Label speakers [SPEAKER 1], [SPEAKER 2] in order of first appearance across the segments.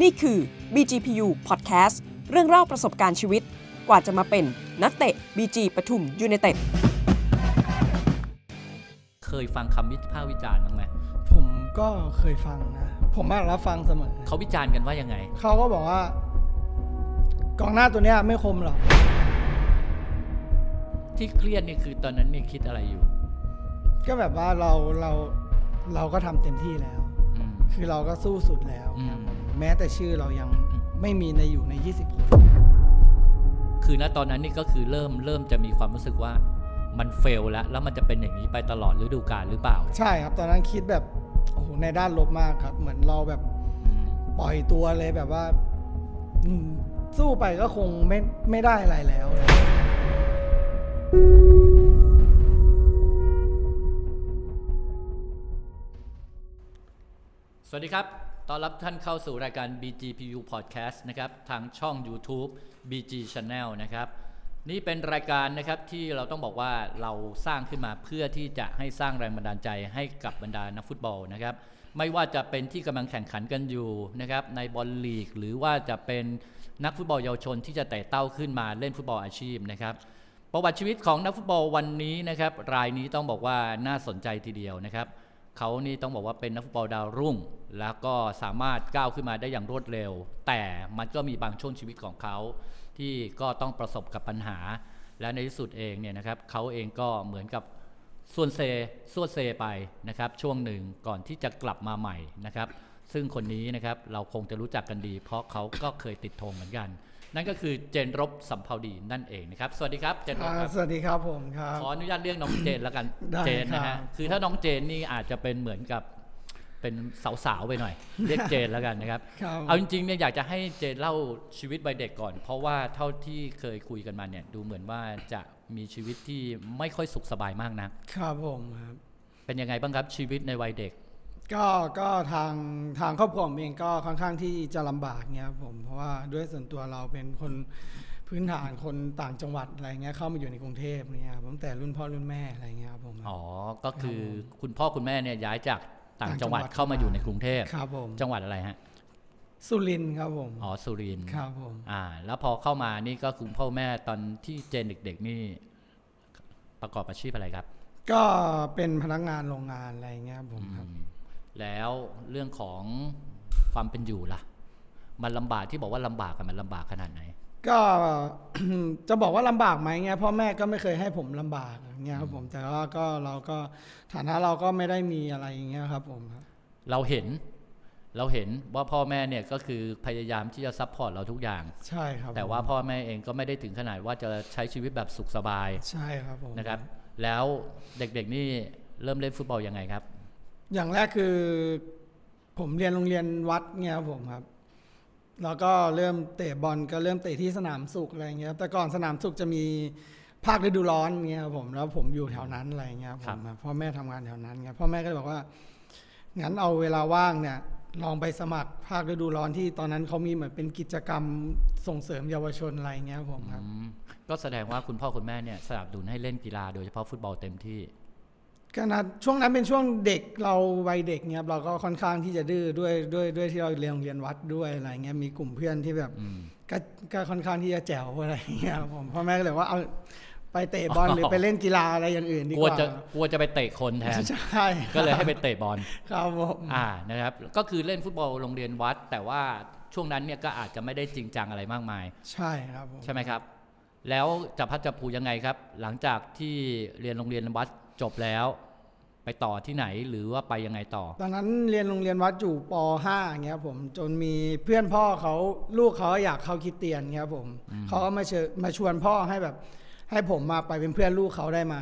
[SPEAKER 1] นี่คือ BGPU Podcast เรื่องเล่าประสบการณ์ชีวิต กว่าจะมาเป็นนักเตะ BG ปทุมยูไนเต็ด
[SPEAKER 2] เคยฟังคำวิพากษ์วิจารณ์บ้างไหม
[SPEAKER 3] ผมก็เคยฟังนะ ผมมารับฟังเสมอ
[SPEAKER 2] เขาวิจารณ์กันว่ายังไง
[SPEAKER 3] เขาก็บอกว่า กองหน้าตัวเนี้ยไม่คมหรอก
[SPEAKER 2] ที่เครียดเนี่ยคือตอนนั้นเนี่ยคิดอะไรอยู่
[SPEAKER 3] ก็แบบว่าเราเราเราก็ทำเต็มที่แล้ว
[SPEAKER 2] อืม
[SPEAKER 3] คือเราก็สู้สุดแล้ว
[SPEAKER 2] อืม
[SPEAKER 3] ครับผมแม้แต่ชื่อเรายัง
[SPEAKER 2] อืม
[SPEAKER 3] ไม่มีในอยู่ใน 20 คน
[SPEAKER 2] คือณตอนนั้นนี่ก็คือเริ่มเริ่มจะมีความรู้สึกว่ามันเฟลแล้ว แล้วมันจะเป็นอย่างนี้ไปตลอดฤดูกาลหรือเปล่า
[SPEAKER 3] ใช่ครับ ตอนนั้นคิดแบบโอ้โหในด้านลบมากครับ เหมือนเราแบบ
[SPEAKER 2] อืม
[SPEAKER 3] ปล่อยตัวเลยแบบว่าอืมสู้ไปก็คงไม่ไม่ได้อะไรแล้ว
[SPEAKER 2] สวัสดีครับ ต้อนรับท่านเข้าสู่รายการ BGPU Podcast นะครับ ทางช่อง YouTube BG Channel นะครับ นี่เป็นรายการนะครับที่เราต้องบอกว่าเราสร้างขึ้นมาเพื่อที่จะให้สร้างแรงบันดาลใจให้กับบรรดานักฟุตบอลนะครับ ไม่ว่าจะเป็นที่กำลังแข่งขันกันอยู่นะครับในบอลลีก หรือว่าจะเป็นนักฟุตบอลเยาวชนที่จะไต่เต้าขึ้นมาเล่นฟุตบอลอาชีพนะครับ ประวัติชีวิตของนักฟุตบอลวันนี้นะครับ รายนี้ต้องบอกว่าน่าสนใจทีเดียวนะครับ เขานี่ต้องบอกว่าเป็นนักฟุตบอลดาวรุ่ง แล้วก็สามารถก้าวขึ้นมาได้อย่างรวดเร็ว แต่มันก็มีบางช่วงชีวิตของเขา ที่ก็ต้องประสบกับปัญหา และในที่สุดเองเนี่ยนะครับเขาเองก็เหมือนกับ ส่วนเซส่วนเซไปนะครับช่วงหนึ่งก่อนที่จะกลับมาใหม่นะครับ ซึ่งคนนี้นะครับเราคงจะรู้จักกันดี เพราะเขาก็เคยติดธงเหมือนกัน นั่นก็คือเจนรบสัมภาวดีนั่นเองนะครับ สวัสดีครับเจนรบ
[SPEAKER 3] อ่า
[SPEAKER 2] ครับ
[SPEAKER 3] สวัสดีครับผมครับ
[SPEAKER 2] ขออนุญาตเรียกน้องเจนแล้วกัน
[SPEAKER 3] ได้
[SPEAKER 2] เจนนะ
[SPEAKER 3] ครั
[SPEAKER 2] ฮะ
[SPEAKER 3] บ
[SPEAKER 2] คือถ้าน้องเจนนี่อาจจะเป็นเหมือนกับเป็นสาวๆไปห น่อย เรียกเจนแล้วกันนะครับ
[SPEAKER 3] ครับ
[SPEAKER 2] เอาจริงๆเนี่ยอยากจะให้เจนเล่าชีวิตวัยเด็กก่อน เพราะว่าเท่าที่เคยคุยกันมาเนี่ยดูเหมือนว่าจะมีชีวิตที่ไม่ค่อยสุขสบายมากนะ
[SPEAKER 3] ครับผมครับ
[SPEAKER 2] เป็นยังไงบ้างครับชีวิตในวัยเด็ก
[SPEAKER 3] ก็ก็ทางทางครอบครัวผมเองก็ค่อนข้างที่จะลำบากเงี้ยครับผมเพราะว่าด้วยส่วนตัวเราเป็นคนพื้นฐานคนต่างจังหวัดอะไรเงี้ยเข้ามาอยู่ในกรุงเทพเนี่ยครับผมแต่รุ่นพ่อรุ่นแม่อะไรเงี้ยครับผม
[SPEAKER 2] อ๋อ ก็คือคุณพ่อคุณแม่เนี่ยย้ายจากต่าง
[SPEAKER 3] ต่างจั
[SPEAKER 2] จัง
[SPEAKER 3] ง
[SPEAKER 2] ห
[SPEAKER 3] หวั
[SPEAKER 2] วัด
[SPEAKER 3] ด
[SPEAKER 2] เข้ามาอยู่ในกรุงเทพ
[SPEAKER 3] ครับผม
[SPEAKER 2] จังหวัดอะไรฮะ
[SPEAKER 3] สุรินทร์ครับผม
[SPEAKER 2] อ๋อ สุรินทร์
[SPEAKER 3] ครับผม
[SPEAKER 2] อ่า แล้วพอเข้ามานี่ก็คุณพ่อแม่ตอนที่เจนเด็กๆนี่ ประกอบอาชีพอะไรครับ
[SPEAKER 3] ก็เป็นพนักงานโรงงานอะไรเงี้ยครับผมครับ
[SPEAKER 2] อืมแล้วเรื่องของความเป็นอยู่ล่ะ มันลำบากที่บอกว่าลำบากกันมันลำบากขนาดไหน
[SPEAKER 3] ก็ จะบอกว่าลำบากไหมเงี้ยพ่อแม่ก็ไม่เคยให้ผมลำบากเงี้ยครับผมแต่ว่าก็เราก็ฐานะเราก็ไม่ได้มีอะไรอย่างเงี้ยครับผมครับ
[SPEAKER 2] เราเห็น เราเห็นว่าพ่อแม่เนี่ยก็คือพยายามที่จะซัพพอร์ตเราทุกอย่าง
[SPEAKER 3] ใช่ครับผม
[SPEAKER 2] แต่ว่าพ่อแม่เองก็ไม่ได้ถึงขนาดว่าจะใช้ชีวิตแบบสุขสบาย
[SPEAKER 3] ใช่ครับผม
[SPEAKER 2] นะครับ แล้วเด็กๆนี่เริ่มเล่นฟุตบอลยังไงครับ
[SPEAKER 3] อย่างแรกคือ ผมเรียนโรงเรียนวัดเนี่ยครับผมครับ แล้วก็เริ่มเตะบอลก็เริ่มเตะที่สนามสุขอะไรเงี้ยครับแต่ก่อนสนามสุขจะมีภาคฤดูร้อนเงี้ยครับผมแล้วผมอยู่แถวนั้นอะไรเงี้ยครับ
[SPEAKER 2] ค
[SPEAKER 3] ผ
[SPEAKER 2] รับ
[SPEAKER 3] มครับพ่อแม่ทำงานแถวนั้นเงี้ยพ่อแม่ก็เลยบอกว่างั้นเอาเวลาว่างเนี่ย ลองไปสมัครภาคฤดูร้อนที่ตอนนั้นเขามีเหมือนเป็นกิจกรรมส่งเสริมเยาวชนอะไรเงี้ยครับผมครับ
[SPEAKER 2] อืมก็แสดงว่าคุณพ่อคุณแม่เนี่ยสนับสนุนให้เล่นกีฬาโดยเฉพาะฟุตบอลเต็มที่
[SPEAKER 3] ก็นะช่วงนั้นเป็นช่วงเด็กเราวัยเด็กเนี่ยครับเราก็ค่อนข้างที่จะดื้อด้วยด้วยด้วยที่เราเรียนโรงเรียนวัดด้วยอะไรเงี้ยมีกลุ่มเพื่อนที่แบบ
[SPEAKER 2] อืม
[SPEAKER 3] ก็ก็ค่อนข้างที่จะแจ๋วอะไรเงี้ยครับผมพ่อแม่ก็เลยว่าเอาไปเตะบอ ล
[SPEAKER 2] อ๋อ
[SPEAKER 3] หรือไปเล่นกีฬาอะไรอย่างอื่นดี
[SPEAKER 2] ก
[SPEAKER 3] ก
[SPEAKER 2] ลัว
[SPEAKER 3] ว่า
[SPEAKER 2] จะกลัวจะไปเตะคนแทน
[SPEAKER 3] ใช่
[SPEAKER 2] ก็เลยให้ไปเตะบอล
[SPEAKER 3] ครับผม
[SPEAKER 2] อ่านะครับ ก็คือเล่นฟุตบอลโรงเรียนวัด แต่ว่าช่วงนั้นเนี่ยก็อาจจะไม่ได้จริงจังอะไรมากมาย
[SPEAKER 3] ใช่ครับผม
[SPEAKER 2] ใช่ไหมครับ แล้วจะพัดจะผูยังไงครับ หลังจากที่เรียนโรงเรียนวัดจบแล้ว ไปต่อที่ไหนหรือว่าไปยังไงต่อ
[SPEAKER 3] ตอนนั้นเรียนโรงเรียนวัดอยู่ป .5 อย่างเงี้ยผมจนมีเพื่อนพ่อเขาลูกเขาอยากเข้าคริดเตียนเงี้ยผมเขาก็มาเชิญมาชวนพ่อให้แบบ ให้ผมมาไปเป็นเพื่อนลูกเขาได้ไหม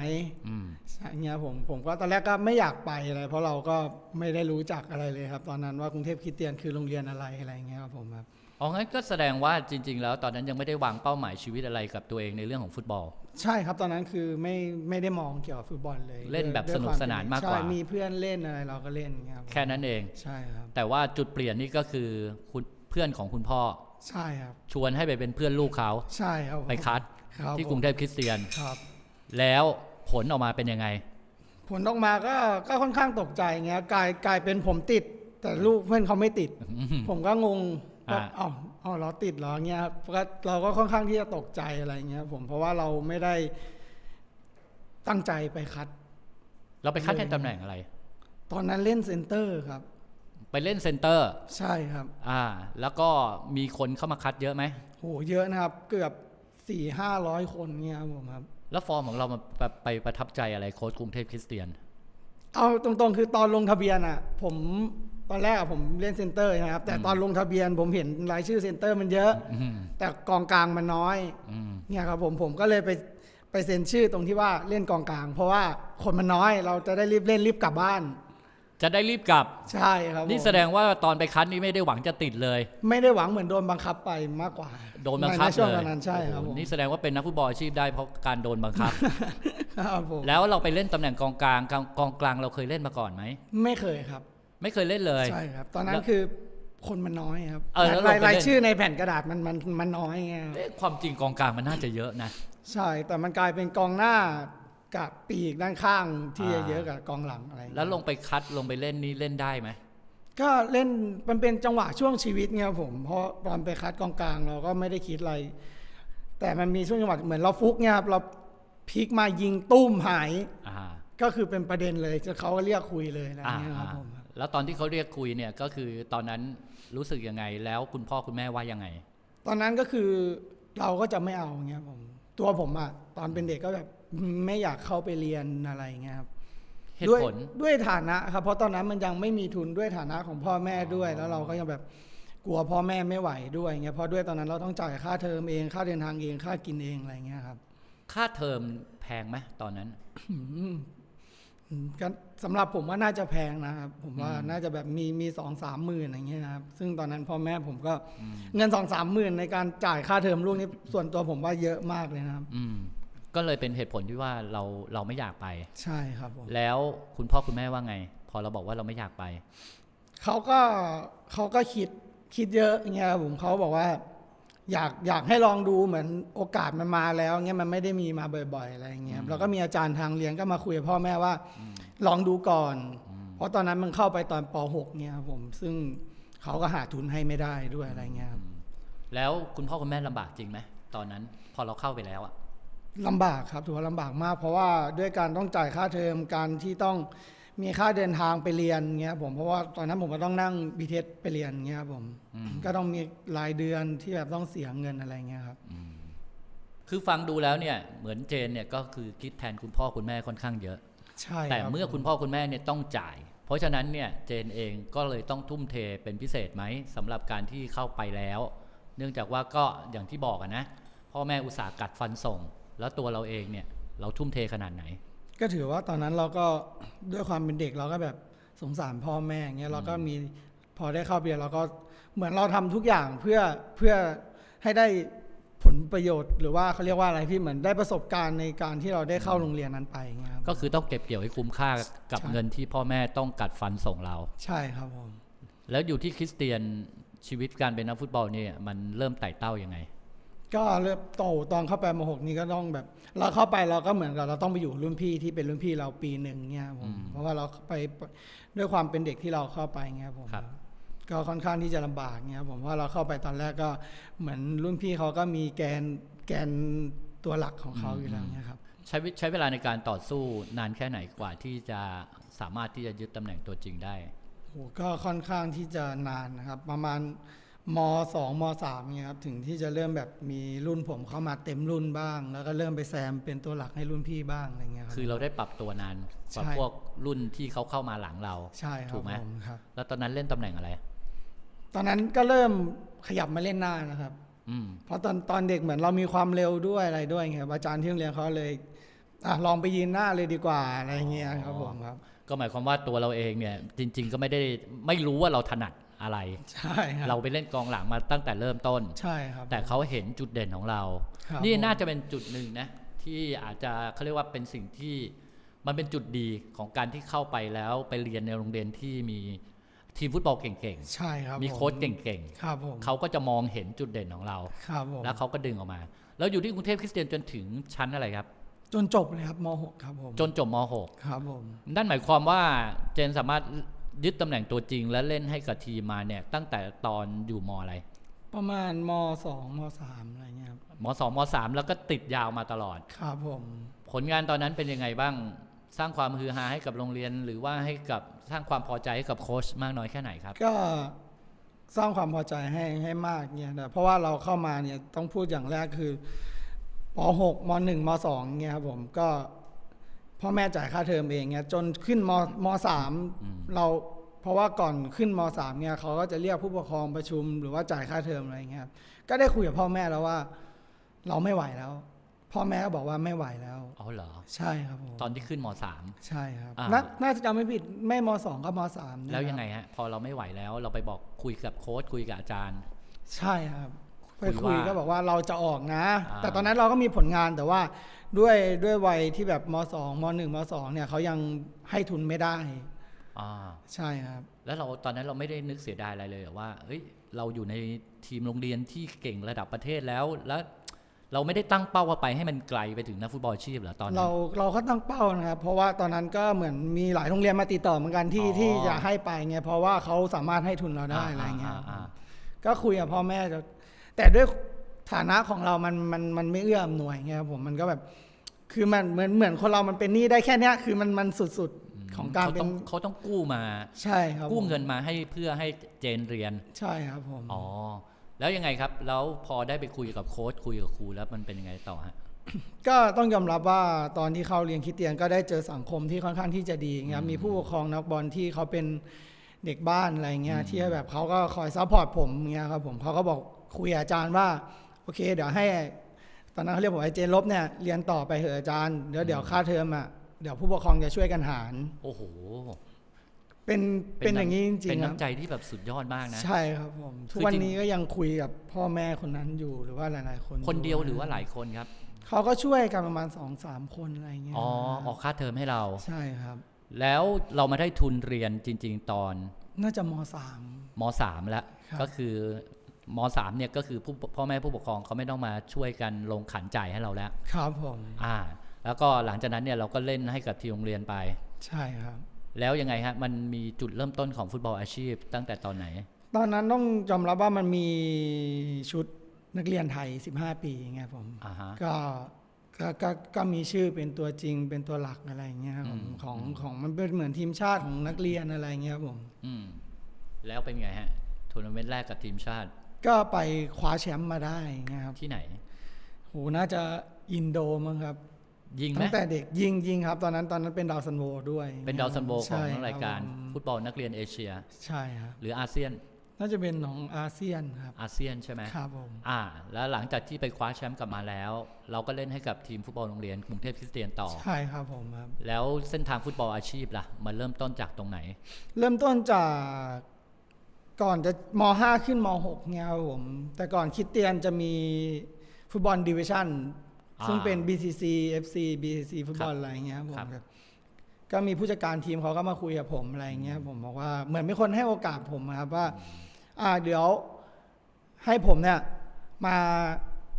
[SPEAKER 2] อืม
[SPEAKER 3] อย่างเงี้ยผมผมก็ตอนแรกก็ไม่อยากไปอะไรเพราะเราก็ไม่ได้รู้จักอะไรเลยครับ ตอนนั้นว่ากรุงเทพคริดเตียนคือโรงเรียนอะไรอะไรเงี้ยครับผมครับ
[SPEAKER 2] อ๋องั้นก็แสดงว่าจริง ๆ แล้วตอนนั้นยังไม่ได้วางเป้าหมายชีวิตอะไรกับตัวเองในเรื่องของฟุตบอล
[SPEAKER 3] ใช่ครับตอนนั้นคือไม่ไม่ได้มองเกี่ยวกับฟุตบอลเลย
[SPEAKER 2] เล่นแบบ
[SPEAKER 3] ด้วย
[SPEAKER 2] สนุก
[SPEAKER 3] ควเป็
[SPEAKER 2] สนานมากกว่า
[SPEAKER 3] ใช่มีเพื่อนเล่นอะไรเราก็เล่นเงี้ยรับ
[SPEAKER 2] แค่นั้นเอง
[SPEAKER 3] ใช่ครับ
[SPEAKER 2] แต่ว่าจุดเปลี่ยนนี่ก็คือคุณเพื่อนของคุณพ่อ
[SPEAKER 3] ใช่ครับ
[SPEAKER 2] ชวนให้ไปเป็นเพื่อนลูกเขา
[SPEAKER 3] ใช่ครับผม
[SPEAKER 2] ไปคัด
[SPEAKER 3] ครับ
[SPEAKER 2] ที่
[SPEAKER 3] ผม
[SPEAKER 2] กรุงเทพคริสเตียน
[SPEAKER 3] ครับ
[SPEAKER 2] แล้วผลออกมาเป็นยังไง
[SPEAKER 3] ผลออกมาก็ก็ค่อนข้างตกใจเงี้ยกลายกลายเป็นผมติด แต่ลูกเพื่อนเขาไม่ติด ผมก็งง ก็
[SPEAKER 2] อ่า
[SPEAKER 3] เอ้าเอ้าล้อติดล้อเงี้ยครับก็เราก็ค่อนข้างที่จะตกใจอะไรเงี้ยครับผมเพราะว่าเราไม่ได้ตั้งใจไปคัด
[SPEAKER 2] เราไปคัดในตำแหน่งอะไร
[SPEAKER 3] ตอนนั้นเล่นเซนเตอร์ครับ
[SPEAKER 2] ไปเล่นเซนเตอร์
[SPEAKER 3] ใช่ครับ
[SPEAKER 2] อ่า แล้วก็มีคนเข้ามาคัดเยอะไหม
[SPEAKER 3] โหเยอะนะครับ เกือบสี่ห้าร้อยคนเงี้ยครับผมครับ
[SPEAKER 2] แล้วฟอร์มของเรามันแบบไปประทับใจอะไรโค้ชกรุงเทพคริสเตียน
[SPEAKER 3] เอาตรงๆ คือตอนลงทะเบียนอ่ะ ผมตอนแรกอะผมเล่นเซนเตอร์นะครับ แต่ตอนลงทะเบียนผมเห็นรายชื่อเซนเตอร์มันเยอะ
[SPEAKER 2] อืม
[SPEAKER 3] แต่กองกลางมันน้อย
[SPEAKER 2] อืม
[SPEAKER 3] เนี่ยครับผมผมก็เลยไปไปเซ็นชื่อตรงที่ว่าเล่นกองกลาง เพราะว่าคนมันน้อยเราจะได้รีบเล่นรีบกลับบ้าน
[SPEAKER 2] จะได้รีบกลับ
[SPEAKER 3] ใช่ครับผม
[SPEAKER 2] นี่แสดงว่าตอนไปคัดนี่ไม่ได้หวังจะติดเลย
[SPEAKER 3] ไม่ได้หวังเหมือนโดนบังคับไปมากกว่า
[SPEAKER 2] โดนบังคับ
[SPEAKER 3] ใช่วง
[SPEAKER 2] เล
[SPEAKER 3] ต
[SPEAKER 2] ย
[SPEAKER 3] อนนั้นใช่ครับ
[SPEAKER 2] โอ้
[SPEAKER 3] ผ
[SPEAKER 2] โห
[SPEAKER 3] ม
[SPEAKER 2] นี่แสดงว่าเป็นนักฟุตบอลอาชีพได้เพราะการโดนบัง คับ
[SPEAKER 3] ครับผม
[SPEAKER 2] แล้วเราไปเล่นตำแหน่งกองกลางกองกองกลางเราเคยเล่นมาก่อนไหม
[SPEAKER 3] ไม่เคยครับ
[SPEAKER 2] ไม่เคยเล่นเลย
[SPEAKER 3] ใช่ครับ ตอนนั้
[SPEAKER 2] แล้
[SPEAKER 3] น
[SPEAKER 2] ว
[SPEAKER 3] คือคนมันน้อยครับ
[SPEAKER 2] เออแล้วเรา
[SPEAKER 3] ราย
[SPEAKER 2] ไปเล่น
[SPEAKER 3] รายชื่อในแผ่นกระดาษมันมันมันน้อยไงครับ
[SPEAKER 2] เอ๊ะความจริงกองกลางมันน่าจะเยอะนะ
[SPEAKER 3] ใช่แต่มันกลายเป็นกองหน้ากับปีกด้านข้างที่
[SPEAKER 2] อ่า
[SPEAKER 3] เยอะกับกองหลังอะไรอย่างเงี้ย
[SPEAKER 2] แล้วลงไปคัดลงไปเล่นนี่เล่นได้ไหม
[SPEAKER 3] ก็เล่นมันเป็นจังหวะช่วงชีวิตไงครับผมเพราะตอนไปคัดกองกลางเราก็ไม่ได้คิดอะไร แต่มันมีช่วงจังหวะเหมือนเราฟุกไงครับเราพลิกมายิงตุ้มหาย
[SPEAKER 2] อ่า
[SPEAKER 3] ก็คือเป็นประเด็นเลยจะเขาก็เรียกคุยเลยอะไรอ
[SPEAKER 2] อ่า
[SPEAKER 3] ย่างเงี้ยครับ
[SPEAKER 2] อ่า
[SPEAKER 3] ผม
[SPEAKER 2] แล้วตอนที่เขาเรียกคุยเนี่ยก็คือตอนนั้นรู้สึกยังไง แล้วคุณพ่อคุณแม่ว่ายังไง
[SPEAKER 3] ตอนนั้นก็คือเราก็จะไม่เอาเงี้ยครับผมตัวผมอะตอนเป็นเด็กก็แบบไม่อยากเข้าไปเรียนอะไรเงี้ยครับ
[SPEAKER 2] เหตุ
[SPEAKER 3] ด้วย
[SPEAKER 2] ผล
[SPEAKER 3] ด้วยฐานะครับเพราะตอนนั้นมันยังไม่มีทุนด้วยฐานะของพ่อแม่ด้วย แล้วเราก็ยังแบบกลัวพ่อแม่ไม่ไหวด้วยเงี้ยเพราะด้วยตอนนั้นเราต้องจ่ายค่าเทอมเองค่าเดินทางเองค่ากินเองอะไรเงี้ยครับ
[SPEAKER 2] ค่าเทอมแพงไหมตอนนั้น
[SPEAKER 3] อืมก็สำหรับผมว่าน่าจะแพงนะครับผมว่าน่าจะแบบมีมีสองสามหมื่นอะไรเงี้ยนะครับซึ่งตอนนั้นพ่อแม่ผมก็เงินสองสามหมื่นในการจ่ายค่าเทอมลูกนี่ส่วนตัวผมว่าเยอะมากเลยนะครับ
[SPEAKER 2] อืม ก็เลยเป็นเหตุผลที่ว่าเราเราไม่อยากไป
[SPEAKER 3] ใช่ครับผม
[SPEAKER 2] แล้วคุณพ่อคุณแม่ว่าไง พอเราบอกว่าเราไม่อยากไป
[SPEAKER 3] เขาก็เขาก็คิดคิดเยอะเงี้ยครับผมเขาบอกว่า อยากอยากให้ลองดูเหมือนโอกาสมันมาแล้วเงี้ยมันไม่ได้มีมาบ่อยๆอะไรเงี้ยครับแล้วก็มีอาจารย์ทางเรียนก็มาคุยกับพ่อแม่ว่า ลองดูก่อน เพราะตอนนั้นมันเข้าไปตอนป .6 เนี่ยครับผมซึ่งเขาก็หาทุนให้ไม่ได้ด้วยอะไรเงี้ยครับ
[SPEAKER 2] แล้วคุณพ่อคุณแม่ลำบากจริงไหมตอนนั้นพอเราเข้าไปแล้วอะ
[SPEAKER 3] ลำบากครับถือว่าลำบากมาก เพราะว่าด้วยการต้องจ่ายค่าเทอมการที่ต้องมีค่าเดินทางไปเรียนเงี้ยครับผมเพราะว่าตอนนั้นผมก็ต้องนั่งบีเทสไปเรียนเงี้ยครับผม
[SPEAKER 2] อืม
[SPEAKER 3] ก็ต้องมีรายเดือนที่แบบต้องเสียเงินอะไรเงี้ยครับ
[SPEAKER 2] คือฟังดูแล้วเนี่ยเหมือนเจนเนี่ยก็คือคิดแทนคุณพ่อคุณแม่ค่อนข้างเยอะ
[SPEAKER 3] ใช่
[SPEAKER 2] แต่
[SPEAKER 3] รับ
[SPEAKER 2] เมื่อคุณพ่อคุณแม่เนี่ยต้องจ่าย เพราะฉะนั้นเนี่ยเจนเองก็เลยต้องทุ่มเทเป็นพิเศษไหมสำหรับการที่เข้าไปแล้ว เนื่องจากว่าก็อย่างที่บอกอะนะพ่อแม่อุตส่าห์กัดฟันส่ง แล้วตัวเราเองเนี่ยเราทุ่มเทขนาดไหน
[SPEAKER 3] ก็ถือว่าตอนนั้นเราก็ด้วยความเป็นเด็กเราก็แบบสงสารพ่อแม่เงี้ยเราก็มีพอได้เข้าเรียนเราก็เหมือนเราทำทุกอย่างเพื่อเพื่อให้ได้ผลประโยชน์ หรือว่าเขาเรียกว่าอะไรพี่เหมือนได้ประสบการณ์ในการที่เราได้เข้าโรงเรียนนั้นไปเงี้ยครับ
[SPEAKER 2] ก็คือต้องเก็บเกี่ยวให้คุ้มค่ากับ
[SPEAKER 3] ใช่
[SPEAKER 2] เงินที่พ่อแม่ต้องกัดฟันส่งเรา
[SPEAKER 3] ใช่ครับผม
[SPEAKER 2] แล้วอยู่ที่คริสเตียนชีวิตการเป็นนักฟุตบอลเนี่ยมันเริ่มไต่เต้ายังไง
[SPEAKER 3] ก็เริ่มโตตอนเข้าไปมหกนี่ก็ต้องแบบ เราเข้าไปเราก็เหมือนกับเราต้องไปอยู่รุ่นพี่ที่เป็นรุ่นพี่เราปีหนึ่งเนี่ยครับผมเพราะว่าเราไปด้วยความเป็นเด็กที่เราเข้าไปเงี้ยผม
[SPEAKER 2] ครับ
[SPEAKER 3] ก็ค่อนข้างที่จะลำบากเงี้ยผมว่าเราเข้าไปตอนแรกก็เหมือนรุ่นพี่เขาก็มีแกนแกนตัวหลักของเขาอยู่แล้วเนี่ยครับ
[SPEAKER 2] ใช้วิใช้เวลาในการต่อสู้นานแค่ไหนกว่าที่จะสามารถที่จะยึดตำแหน่งตัวจริงได้
[SPEAKER 3] โหก็ค่อนข้างที่จะนานนะครับ ประมาณมสองมสามเนี่ยครับถึงที่จะเริ่มแบบมีรุ่นผมเข้ามาเต็มรุ่นบ้าง แล้วก็เริ่มไปแซมเป็นตัวหลักให้รุ่นพี่บ้างอะไรเงี้ยครับ
[SPEAKER 2] คือเราได้ปรับตัวนานกว่า
[SPEAKER 3] ใช่
[SPEAKER 2] พวกรุ่นที่เขาเข้ามาหลังเรา
[SPEAKER 3] ใช่ครั
[SPEAKER 2] ถู
[SPEAKER 3] บ
[SPEAKER 2] กไหม
[SPEAKER 3] ผมครับ
[SPEAKER 2] แล้วตอนนั้นเล่นตำแหน่งอะไร
[SPEAKER 3] ตอนนั้นก็เริ่มขยับมาเล่นหน้านะครับ
[SPEAKER 2] อืม
[SPEAKER 3] เพราะตอนตอนเด็กเหมือนเรามีความเร็วด้วยอะไรด้วยไงครับอาจารย์ที่โรงเรียนเขาเลยอ่ะลองไปยืนหน้าเลยดีกว่าอะไรเงี้ยครับผมครับ
[SPEAKER 2] ก็หมายความว่าตัวเราเองเนี่ย จริง ๆ ก็ไม่ได้ไม่รู้ว่าเราถนัดอะไร
[SPEAKER 3] ใช่ครั
[SPEAKER 2] เราไปเล่นกองหลังมาตั้งแต่เริ่มต้น
[SPEAKER 3] ใช่ครับ
[SPEAKER 2] แต่เขาเห็นจุดเด่นของเรา
[SPEAKER 3] ครับ
[SPEAKER 2] นี่
[SPEAKER 3] ผม
[SPEAKER 2] น่าจะเป็นจุดหนึ่งนะที่อาจจะเขาเรียกว่าเป็นสิ่งที่มันเป็นจุดดีของการที่เข้าไปแล้วไปเรียนในโรงเรียนที่มีทีมฟุตบอลเก่ง
[SPEAKER 3] ใช่ครับ
[SPEAKER 2] ๆ มีโค้ชเก่ง
[SPEAKER 3] ครับผม
[SPEAKER 2] ๆ เขาก็จะมองเห็นจุดเด่นของเรา
[SPEAKER 3] ครับผม
[SPEAKER 2] แล้วเขาก็ดึงออกมา แล้วอยู่ที่กรุงเทพคริสเตียนจนถึงชั้นอะไรครับ
[SPEAKER 3] จนจบเลยครับม .6 ครับผม
[SPEAKER 2] จนจบม
[SPEAKER 3] ครับผม
[SPEAKER 2] .6 นั่นหมายความว่าเจนสามารถยึดตำแหน่งตัวจริงและเล่นให้กับทีมมาเนี่ยตั้งแต่ตอนอยู่มอะไร
[SPEAKER 3] ประมาณมสองมสามอะไรเงี้ยครับ
[SPEAKER 2] มสองมสามแล้วก็ติดยาวมาตลอด
[SPEAKER 3] ครับผม
[SPEAKER 2] ผลงานตอนนั้นเป็นยังไงบ้าง สร้างความฮือฮาให้กับโรงเรียน หรือว่าให้กับสร้างความพอใจให้กับโค้ชมากน้อยแค่ไหนครับ
[SPEAKER 3] ก็สร้างความพอใจให้ให้มากเนี่ยนะเพราะว่าเราเข้ามาเนี่ยต้องพูดอย่างแรกคือปหกมหนึ่งมสองเนี่ยครับผมก็พ่อแม่จ่ายค่าเทอมเองเนี่ยจนขึ้นมมสามเราเพราะว่าก่อนขึ้นมสามเนี่ยเขาก็จะเรียกผู้ปกครองประชุมหรือว่าจ่ายค่าเทอมอะไรเงี้ยครับก็ได้คุยกับพ่อแม่แล้วว่า เราไม่ไหวแล้ว พ่อแม่ก็บอกว่าไม่ไหวแล้ว
[SPEAKER 2] เอาเหรอ
[SPEAKER 3] ใช่ครับผม
[SPEAKER 2] ตอนที่ขึ้นมสาม
[SPEAKER 3] ใช่ครับ
[SPEAKER 2] อ่า
[SPEAKER 3] นาน่าจะจำไม่ผิดไม่มสองก็มสามเนี่ย
[SPEAKER 2] แล้ว
[SPEAKER 3] ครับ
[SPEAKER 2] ยังไงฮะ พอเราไม่ไหวแล้วเราไปบอกคุยกับโค้ชคุยกับอาจารย์
[SPEAKER 3] ใช่ครับ
[SPEAKER 2] คุ
[SPEAKER 3] ไป
[SPEAKER 2] ย
[SPEAKER 3] คุย
[SPEAKER 2] ว่า
[SPEAKER 3] ก็บอกว่าเราจะออกนะ
[SPEAKER 2] อ่า
[SPEAKER 3] แต่ตอนนั้นเราก็มีผลงานแต่ว่าด้วยด้วยวัยที่แบบมสองมหนึ่งมสองเนี่ยเขายังให้ทุนไม่ได้
[SPEAKER 2] อ่า
[SPEAKER 3] ใช่ครับ
[SPEAKER 2] แล้วเราตอนนั้นเราไม่ได้นึกเสียดายอะไรเลยเหรอว่าเฮ้ยเราอยู่ในทีมโรงเรียนที่เก่งระดับประเทศแล้ว แล้ว เราไม่ได้ตั้งเป้าว่าไปให้มันไกลไปถึงนักฟุตบอลอาชีพเหรอตอนนั้
[SPEAKER 3] เรา
[SPEAKER 2] น
[SPEAKER 3] เราก็ตั้งเป้านะครับ เพราะว่าตอนนั้นก็เหมือนมีหลายโรงเรียนมาติดต่อเหมือนกันที่
[SPEAKER 2] อ๋อ
[SPEAKER 3] ที่จะให้ไปไงเพราะว่าเขาสามารถให้ทุนเราได้อะไรเงี้ย
[SPEAKER 2] อ่าอ่าอ่า
[SPEAKER 3] ก็คุยกับพ่อแม่จะแต่ด้วยฐานะของเรามันมันมันไม่เอื้ออำนวยไงครับผมมันก็แบบคือมันเหมือนเหมือนคนเรามันเป็นหนี้ได้แค่เนี้ยคือมันมันสุดๆของการ
[SPEAKER 2] เขา
[SPEAKER 3] เป็
[SPEAKER 2] ต้อน งเขาต้องกู้มา
[SPEAKER 3] ใช่ครับ
[SPEAKER 2] กู้
[SPEAKER 3] ผม
[SPEAKER 2] เงินมาให้เพื่อให้เจนเรียน
[SPEAKER 3] ใช่ครับผม
[SPEAKER 2] อ๋อ แล้วยังไงครับ แล้วพอได้ไปคุยกับโค้ชคุยกับครูแล้วมันเป็นยังไงต่อฮะ
[SPEAKER 3] ก็ต้องยอมรับว่าตอนที่เข้าเรียนคริดเตียนก็ได้เจอสังคมที่ค่อนข้างที่จะดีอย่างเงี้ยมีผู้ปกครองนักบอลที่เขาเป็นเด็กบ้านอะไรเงี้ยที่แบบเขาก็คอยซัพพอร์ตผมเงี้ยครับผมเขาก็บอกคุยกับอาจารย์ว่าโอเค เดี๋ยวให้ ตอนนั้นเขาเรียกผมไอ้เจนลบเนี่ยเรียนต่อไปเถอะอาจารย์เดี๋ยวเดี๋ยวค่าเทอมอ่ะเดี๋ยวผู้ปกครองจะช่วยกันหาร
[SPEAKER 2] โอ้โห
[SPEAKER 3] เป็นเป็นอย่างนี้จริ
[SPEAKER 2] เป็น
[SPEAKER 3] งๆครับ
[SPEAKER 2] น้ำใจที่แบบสุดยอดมากนะ
[SPEAKER 3] ใช่ครับผมทุกวันนี้ก็ยังคุยกับพ่อแม่คนนั้นอยู่หรือว่าหลาย ๆ คน
[SPEAKER 2] คนเดียวหรือว่าหลายคนครับ
[SPEAKER 3] เขาก็ช่วยกันประมาณสองสามคนอะไรเงี้ย
[SPEAKER 2] อ๋อ ออกค่าเทอมให้เรา
[SPEAKER 3] ใช่ครับ
[SPEAKER 2] แล้วเรามาได้ทุนเรียนจริง ๆ ตอน
[SPEAKER 3] น่าจะมสาม
[SPEAKER 2] มสามแล้ว
[SPEAKER 3] ครับ
[SPEAKER 2] ก็คือมสามเนี่ยก็คือผู้พ่อแม่ผู้ปกครองเขาไม่ต้องมาช่วยกันลงขันจ่ายให้เราแล้ว
[SPEAKER 3] ครับผม
[SPEAKER 2] อ่า แล้วก็หลังจากนั้นเนี่ยเราก็เล่นให้กับทีมโรงเรียนไป
[SPEAKER 3] ใช่ครับ
[SPEAKER 2] แล้วยังไงฮะ มันมีจุดเริ่มต้นของฟุตบอลอาชีพตั้งแต่ตอนไหน
[SPEAKER 3] ตอนนั้นต้องยอมรับว่ามันมีชุดนักเรียนไทย 15 ปีไงผม
[SPEAKER 2] อ่าฮะ
[SPEAKER 3] ก็ก็ก็ก็มีชื่อเป็นตัวจริงเป็นตัวหลักอะไรเงี้ยครับผม
[SPEAKER 2] อืม
[SPEAKER 3] ของของมันเป็นเหมือนทีมชาติของนักเรียนอะไรเงี้ยครับผม
[SPEAKER 2] อืม แล้วเป็นไงฮะทัวร์นาเมนต์แรกกับทีมชาติ
[SPEAKER 3] ก็ไปคว้าแชมป์มาได้เงี้ยครับ
[SPEAKER 2] ที่ไหน
[SPEAKER 3] โหน่าจะอินโดมั้งครับ
[SPEAKER 2] ยิงไหม
[SPEAKER 3] ตั้งแต่เด็กยิงยิงครับ ตอนนั้นตอนนั้นเป็นดาวซันโวด้วย
[SPEAKER 2] เป็นดาวซันโบของ
[SPEAKER 3] ใช่คบ
[SPEAKER 2] รายการ
[SPEAKER 3] ผม
[SPEAKER 2] ฟุตบอลนักเรียนเอเชีย
[SPEAKER 3] ใช่ครับ
[SPEAKER 2] หรืออาเซียน
[SPEAKER 3] น่าจะเป็นของอาเซียนครับ
[SPEAKER 2] อาเซียนใช่ไหม
[SPEAKER 3] ครับผม
[SPEAKER 2] อ่า แล้วหลังจากที่ไปคว้าแชมป์กลับมาแล้ว เราก็เล่นให้กับทีมฟุตบอลโรงเรียนกรุงเทพคริสเตียนต่อ
[SPEAKER 3] ใช่ครับผมครับ
[SPEAKER 2] แล้วเส้นทางฟุตบอลอาชีพล่ะ มันเริ่มต้นจากตรงไหน
[SPEAKER 3] เริ่มต้นจากก่อนจะม 5 ขึ้นม 6เนี่ยครับผม แต่ก่อนคริดเตียนจะมีฟุตบอลดิวิชั่น
[SPEAKER 2] อ่า
[SPEAKER 3] ซึ่งเป็น BCC FC BCC ฟุตบอลอะไรอย่างเงี้ยครับผม
[SPEAKER 2] ครับ
[SPEAKER 3] ครับก็มีผู้จัดการทีมเขาก็มาคุยกับผมอะไรอย่างเงี้ยผมบอกว่าเหมือนมีคนให้โอกาสผมอะครับว่า อ่าเดี๋ยวให้ผมเนี่ยมา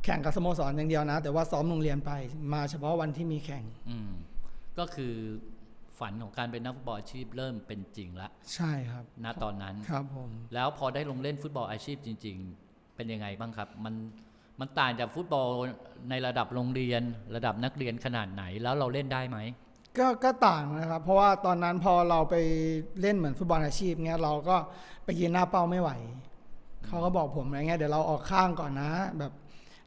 [SPEAKER 3] แข่งกับสโมสรอย่างเดียวนะ แต่ว่าซ้อมโรงเรียนไปมาเฉพาะวันที่มีแข่ง
[SPEAKER 2] อืม ก็คือฝันของการเป็นนักฟุตบอลอาชีพเริ่มเป็นจริงละ
[SPEAKER 3] ใช่ครับ
[SPEAKER 2] ณตอนนั้น
[SPEAKER 3] ครับผม
[SPEAKER 2] แล้วพอได้ลงเล่นฟุตบอลอาชีพจริง ๆ เป็นยังไงบ้างครับ มันมันต่างจากฟุตบอลในระดับโรงเรียน ระดับนักเรียนขนาดไหนแล้วเราเล่นได้ไหม
[SPEAKER 3] ก็ก็ต่างนะครับ เพราะว่าตอนนั้นพอเราไปเล่นเหมือนฟุตบอลอาชีพเงี้ยเราก็ไปยืนหน้าเป้าไม่ไหว เขาก็บอกผมอะไรเงี้ยเดี๋ยวเราออกข้างก่อนนะ แบบ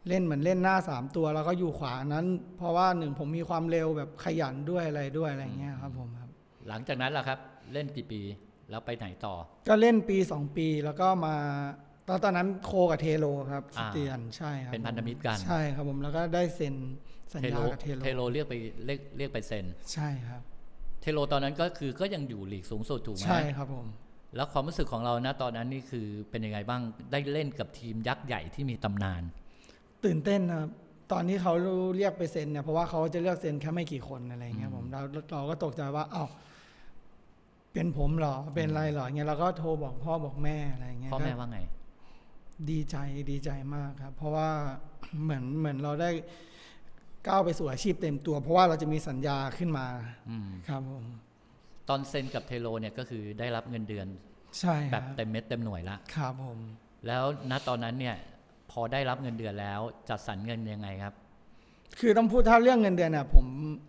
[SPEAKER 3] เล่นเหมือนเล่นหน้าสามตัวแล้วก็อยู่ขวานั้น เพราะว่าหนึ่งผมมีความเร็วแบบขยันด้วยอะไรด้วยอะไรเงี้ยครับผมครับ
[SPEAKER 2] หลังจากนั้นล่ะครับ เล่นกี่ปีแล้วไปไหนต่อ
[SPEAKER 3] ก็เล่นปี 2 ปีแล้วก็มาตอนตอนนั้นโคกับเทโลครับ
[SPEAKER 2] อ่า
[SPEAKER 3] สเตียนใช่ครับ
[SPEAKER 2] เป็นพันธมิตรกัน
[SPEAKER 3] ใช่ครับผมแล้วก็ได้เซ็นสัญญากับเท
[SPEAKER 2] เท
[SPEAKER 3] โล
[SPEAKER 2] โลเรียกไปเรียกเรียกไปเซ็น
[SPEAKER 3] ใช่ครับ
[SPEAKER 2] เทโลตอนนั้นก็คือก็ยังอยู่หลีกสูงสุดถูกไหม
[SPEAKER 3] ใช่ครับผม
[SPEAKER 2] แล้วความรู้สึกของเรานะตอนนั้นนี่คือเป็นยังไงบ้างได้เล่นกับทีมยักษ์ใหญ่ที่มีตำนาน
[SPEAKER 3] ตื่นเต้นนะครับตอนที่เขาเรียกไปเซ็นเนี่ยเพราะว่าเขาจะเลือกเซ็นแค่ไม่กี่คนอะไรเงี้ยผมเราเราก็ตกใจว่าเอ้าเป็นผมเหรอเป็นไรเหรอเงี้ยเราก็โทรบอกพ่อบอกแม่อะไรเงี้ย
[SPEAKER 2] พ่อแม่
[SPEAKER 3] ก็
[SPEAKER 2] ว่าไง
[SPEAKER 3] ดีใจดีใจมากครับ เพราะว่า เหมือนเหมือนเราได้ก้าวไปสู่อาชีพเต็มตัว เพราะว่าเราจะมีสัญญาขึ้นมา
[SPEAKER 2] อืม
[SPEAKER 3] ครับผม
[SPEAKER 2] ตอนเซ็นกับเทโลเนี่ยก็คือได้รับเงินเดือน
[SPEAKER 3] ใช่ค
[SPEAKER 2] แบ
[SPEAKER 3] รับบ
[SPEAKER 2] เต็มเม็ดเต็มหน่วยละ
[SPEAKER 3] ครับผม
[SPEAKER 2] แล้วณตอนนั้นเนี่ยพอได้รับเงินเดือนแล้วจัดสรรเงินยังไงครับ
[SPEAKER 3] คือต้องพูดถ้าเรื่องเงินเดือนเนี่ยผม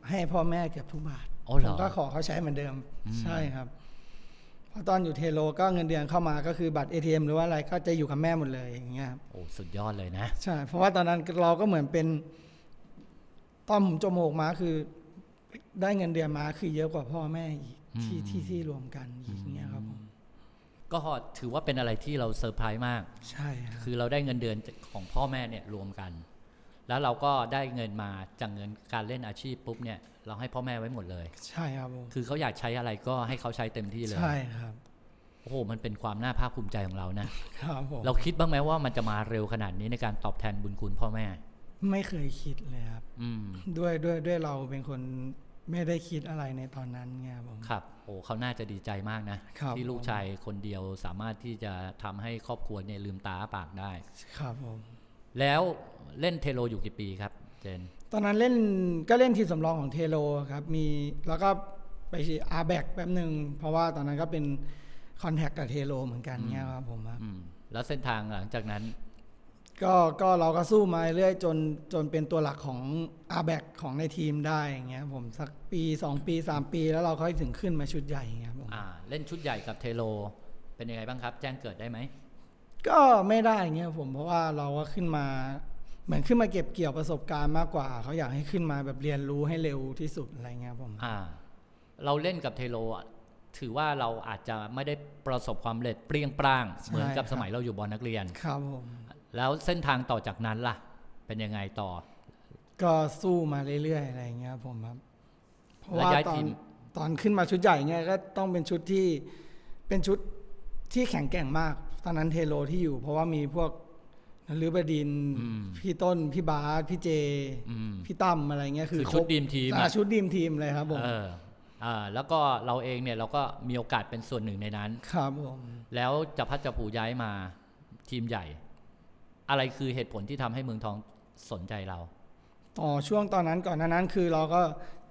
[SPEAKER 3] ให้พ่อแม่เกือบทุกบาท
[SPEAKER 2] อ๋อเหร
[SPEAKER 3] ผ
[SPEAKER 2] อ
[SPEAKER 3] มก็ขอเขาใช้เหมือนเดิม ใช่ครับเพราะตอนอยู่เทโลก็เงินเดือนเข้ามาก็คือบัตร ATM หรือว่าอะไรก็จะอยู่กับแม่หมดเลยอย่างเงี้ยครับ
[SPEAKER 2] โอ้สุดยอดเลยนะ
[SPEAKER 3] ใช่ เพราะว่าตอนนั้นเราก็เหมือนเป็น ตอนผมจบมหกมาคือ ได้เงินเดือนมาคือเยอะกว่าพ่อแม่อีกที่ที่ที่รวมกันอีกเงี้ยครับผม
[SPEAKER 2] ก็ถือว่าเป็นอะไรที่เราเซอร์ไพรส์มาก
[SPEAKER 3] ใช่ครับ
[SPEAKER 2] คือเราได้เงินเดือนของพ่อแม่เนี่ยรวมกัน แล้วเราก็ได้เงินมาจากเงินการเล่นอาชีพปุ๊บเนี่ยเราให้พ่อแม่ไว้หมดเลย
[SPEAKER 3] ใช่ครับผม
[SPEAKER 2] คือเขาอยากใช้อะไรก็ให้เขาใช้เต็มที่เลย
[SPEAKER 3] ใช่ครับ
[SPEAKER 2] โอ้โห มันเป็นความน่าภาคภูมิใจของเรานะ
[SPEAKER 3] ครับผม
[SPEAKER 2] เราคิดบ้างไหมว่ามันจะมาเร็วขนาดนี้ในการตอบแทนบุญคุณพ่อแม่
[SPEAKER 3] ไม่เคยคิดเลยครับ
[SPEAKER 2] อืม
[SPEAKER 3] ด้วยด้วยด้วยเราเป็นคนไม่ได้คิดอะไรในตอนนั้นไงครับผม
[SPEAKER 2] ครับ โอ้เขาน่าจะดีใจมากนะ
[SPEAKER 3] ครับ
[SPEAKER 2] ที่ลูก
[SPEAKER 3] ผม
[SPEAKER 2] ชายคนเดียวสามารถที่จะทำให้ครอบครัวเนี่ยลืมตาอ้าปากได้
[SPEAKER 3] ครับผม
[SPEAKER 2] แล้วเล่นเทโลอยู่กี่ปีครับ เจน
[SPEAKER 3] ตอนนั้นเล่นก็เล่นทีมสำรองของเทโลครับ มีแล้วก็ไปอาร์แบกแป๊บหนึ่งเพราะว่าตอนนั้นก็เป็นคอนแทคกับเทโลเหมือนกันเงี้ยครับผมครับ
[SPEAKER 2] อืม แล้วเส้นทางหลังจากนั้น
[SPEAKER 3] ก็ก็เราก็สู้มาเรื่อยจนจนเป็นตัวหลักของอาแบกของในทีมได้อย่างเงี้ยผมสักปี 2 ปี 3 ปีแล้วเราค่อยถึงขึ้นมาชุดใหญ่อย่างเงี้ยผม
[SPEAKER 2] อ่า เล่นชุดใหญ่กับเทโล เป็นยังไงบ้างครับ แจ้งเกิดได้ไหม
[SPEAKER 3] ก็ไม่ได้อย่างเงี้ยผมเพราะว่าเราก็ขึ้นมาเหมือนขึ้นมาเก็บเกี่ยวประสบการณ์มากกว่า เขาอยากให้ขึ้นมาแบบเรียนรู้ให้เร็วที่สุดอะไรเงี้ยผม
[SPEAKER 2] อ่า เราเล่นกับเทโลอะถือว่าเราอาจจะไม่ได้ประสบความสำเร็จเปรี้ยงปร้าง เหมือนกับสมัยเราอยู่บอลนักเรียน
[SPEAKER 3] ครับผม
[SPEAKER 2] แล้วเส้นทางต่อจากนั้นล่ะ เป็นยังไงต่อ
[SPEAKER 3] ก็สู้มาเรื่อยๆอะไรเงี้ยผมครับเพราะ
[SPEAKER 2] แล้
[SPEAKER 3] ว่า
[SPEAKER 2] วย้าย
[SPEAKER 3] ตอ
[SPEAKER 2] ที
[SPEAKER 3] น
[SPEAKER 2] ม
[SPEAKER 3] ตอนขึ้นมาชุดใหญ่เงี้ยก็ต้องเป็นชุดที่เป็นชุดที่แข็งแกร่งมาก ตอนนั้นเทโลที่อยู่ เพราะว่ามีพวกนฤบดินทร์
[SPEAKER 2] อืม
[SPEAKER 3] พี่ต้น พี่บาสพี่เจ
[SPEAKER 2] อืม
[SPEAKER 3] พี่ตั้มอะไรเงี้ยคือ
[SPEAKER 2] คือชุด
[SPEAKER 3] ครบ
[SPEAKER 2] ดีมทีมอะ
[SPEAKER 3] อ่าชุดดีมทีมเลยครับผม
[SPEAKER 2] เอออ่าแล้วก็เราเองเนี่ยเราก็มีโอกาสเป็นส่วนหนึ่งในนั้น
[SPEAKER 3] ครับผม
[SPEAKER 2] แล้วจะพัดจะผูย้ายมาทีมใหญ่ อะไรคือเหตุผลที่ทำให้เมืองทองสนใจเรา
[SPEAKER 3] ต่อช่วงตอนนั้นก่อนหน้านั้นคือเราก็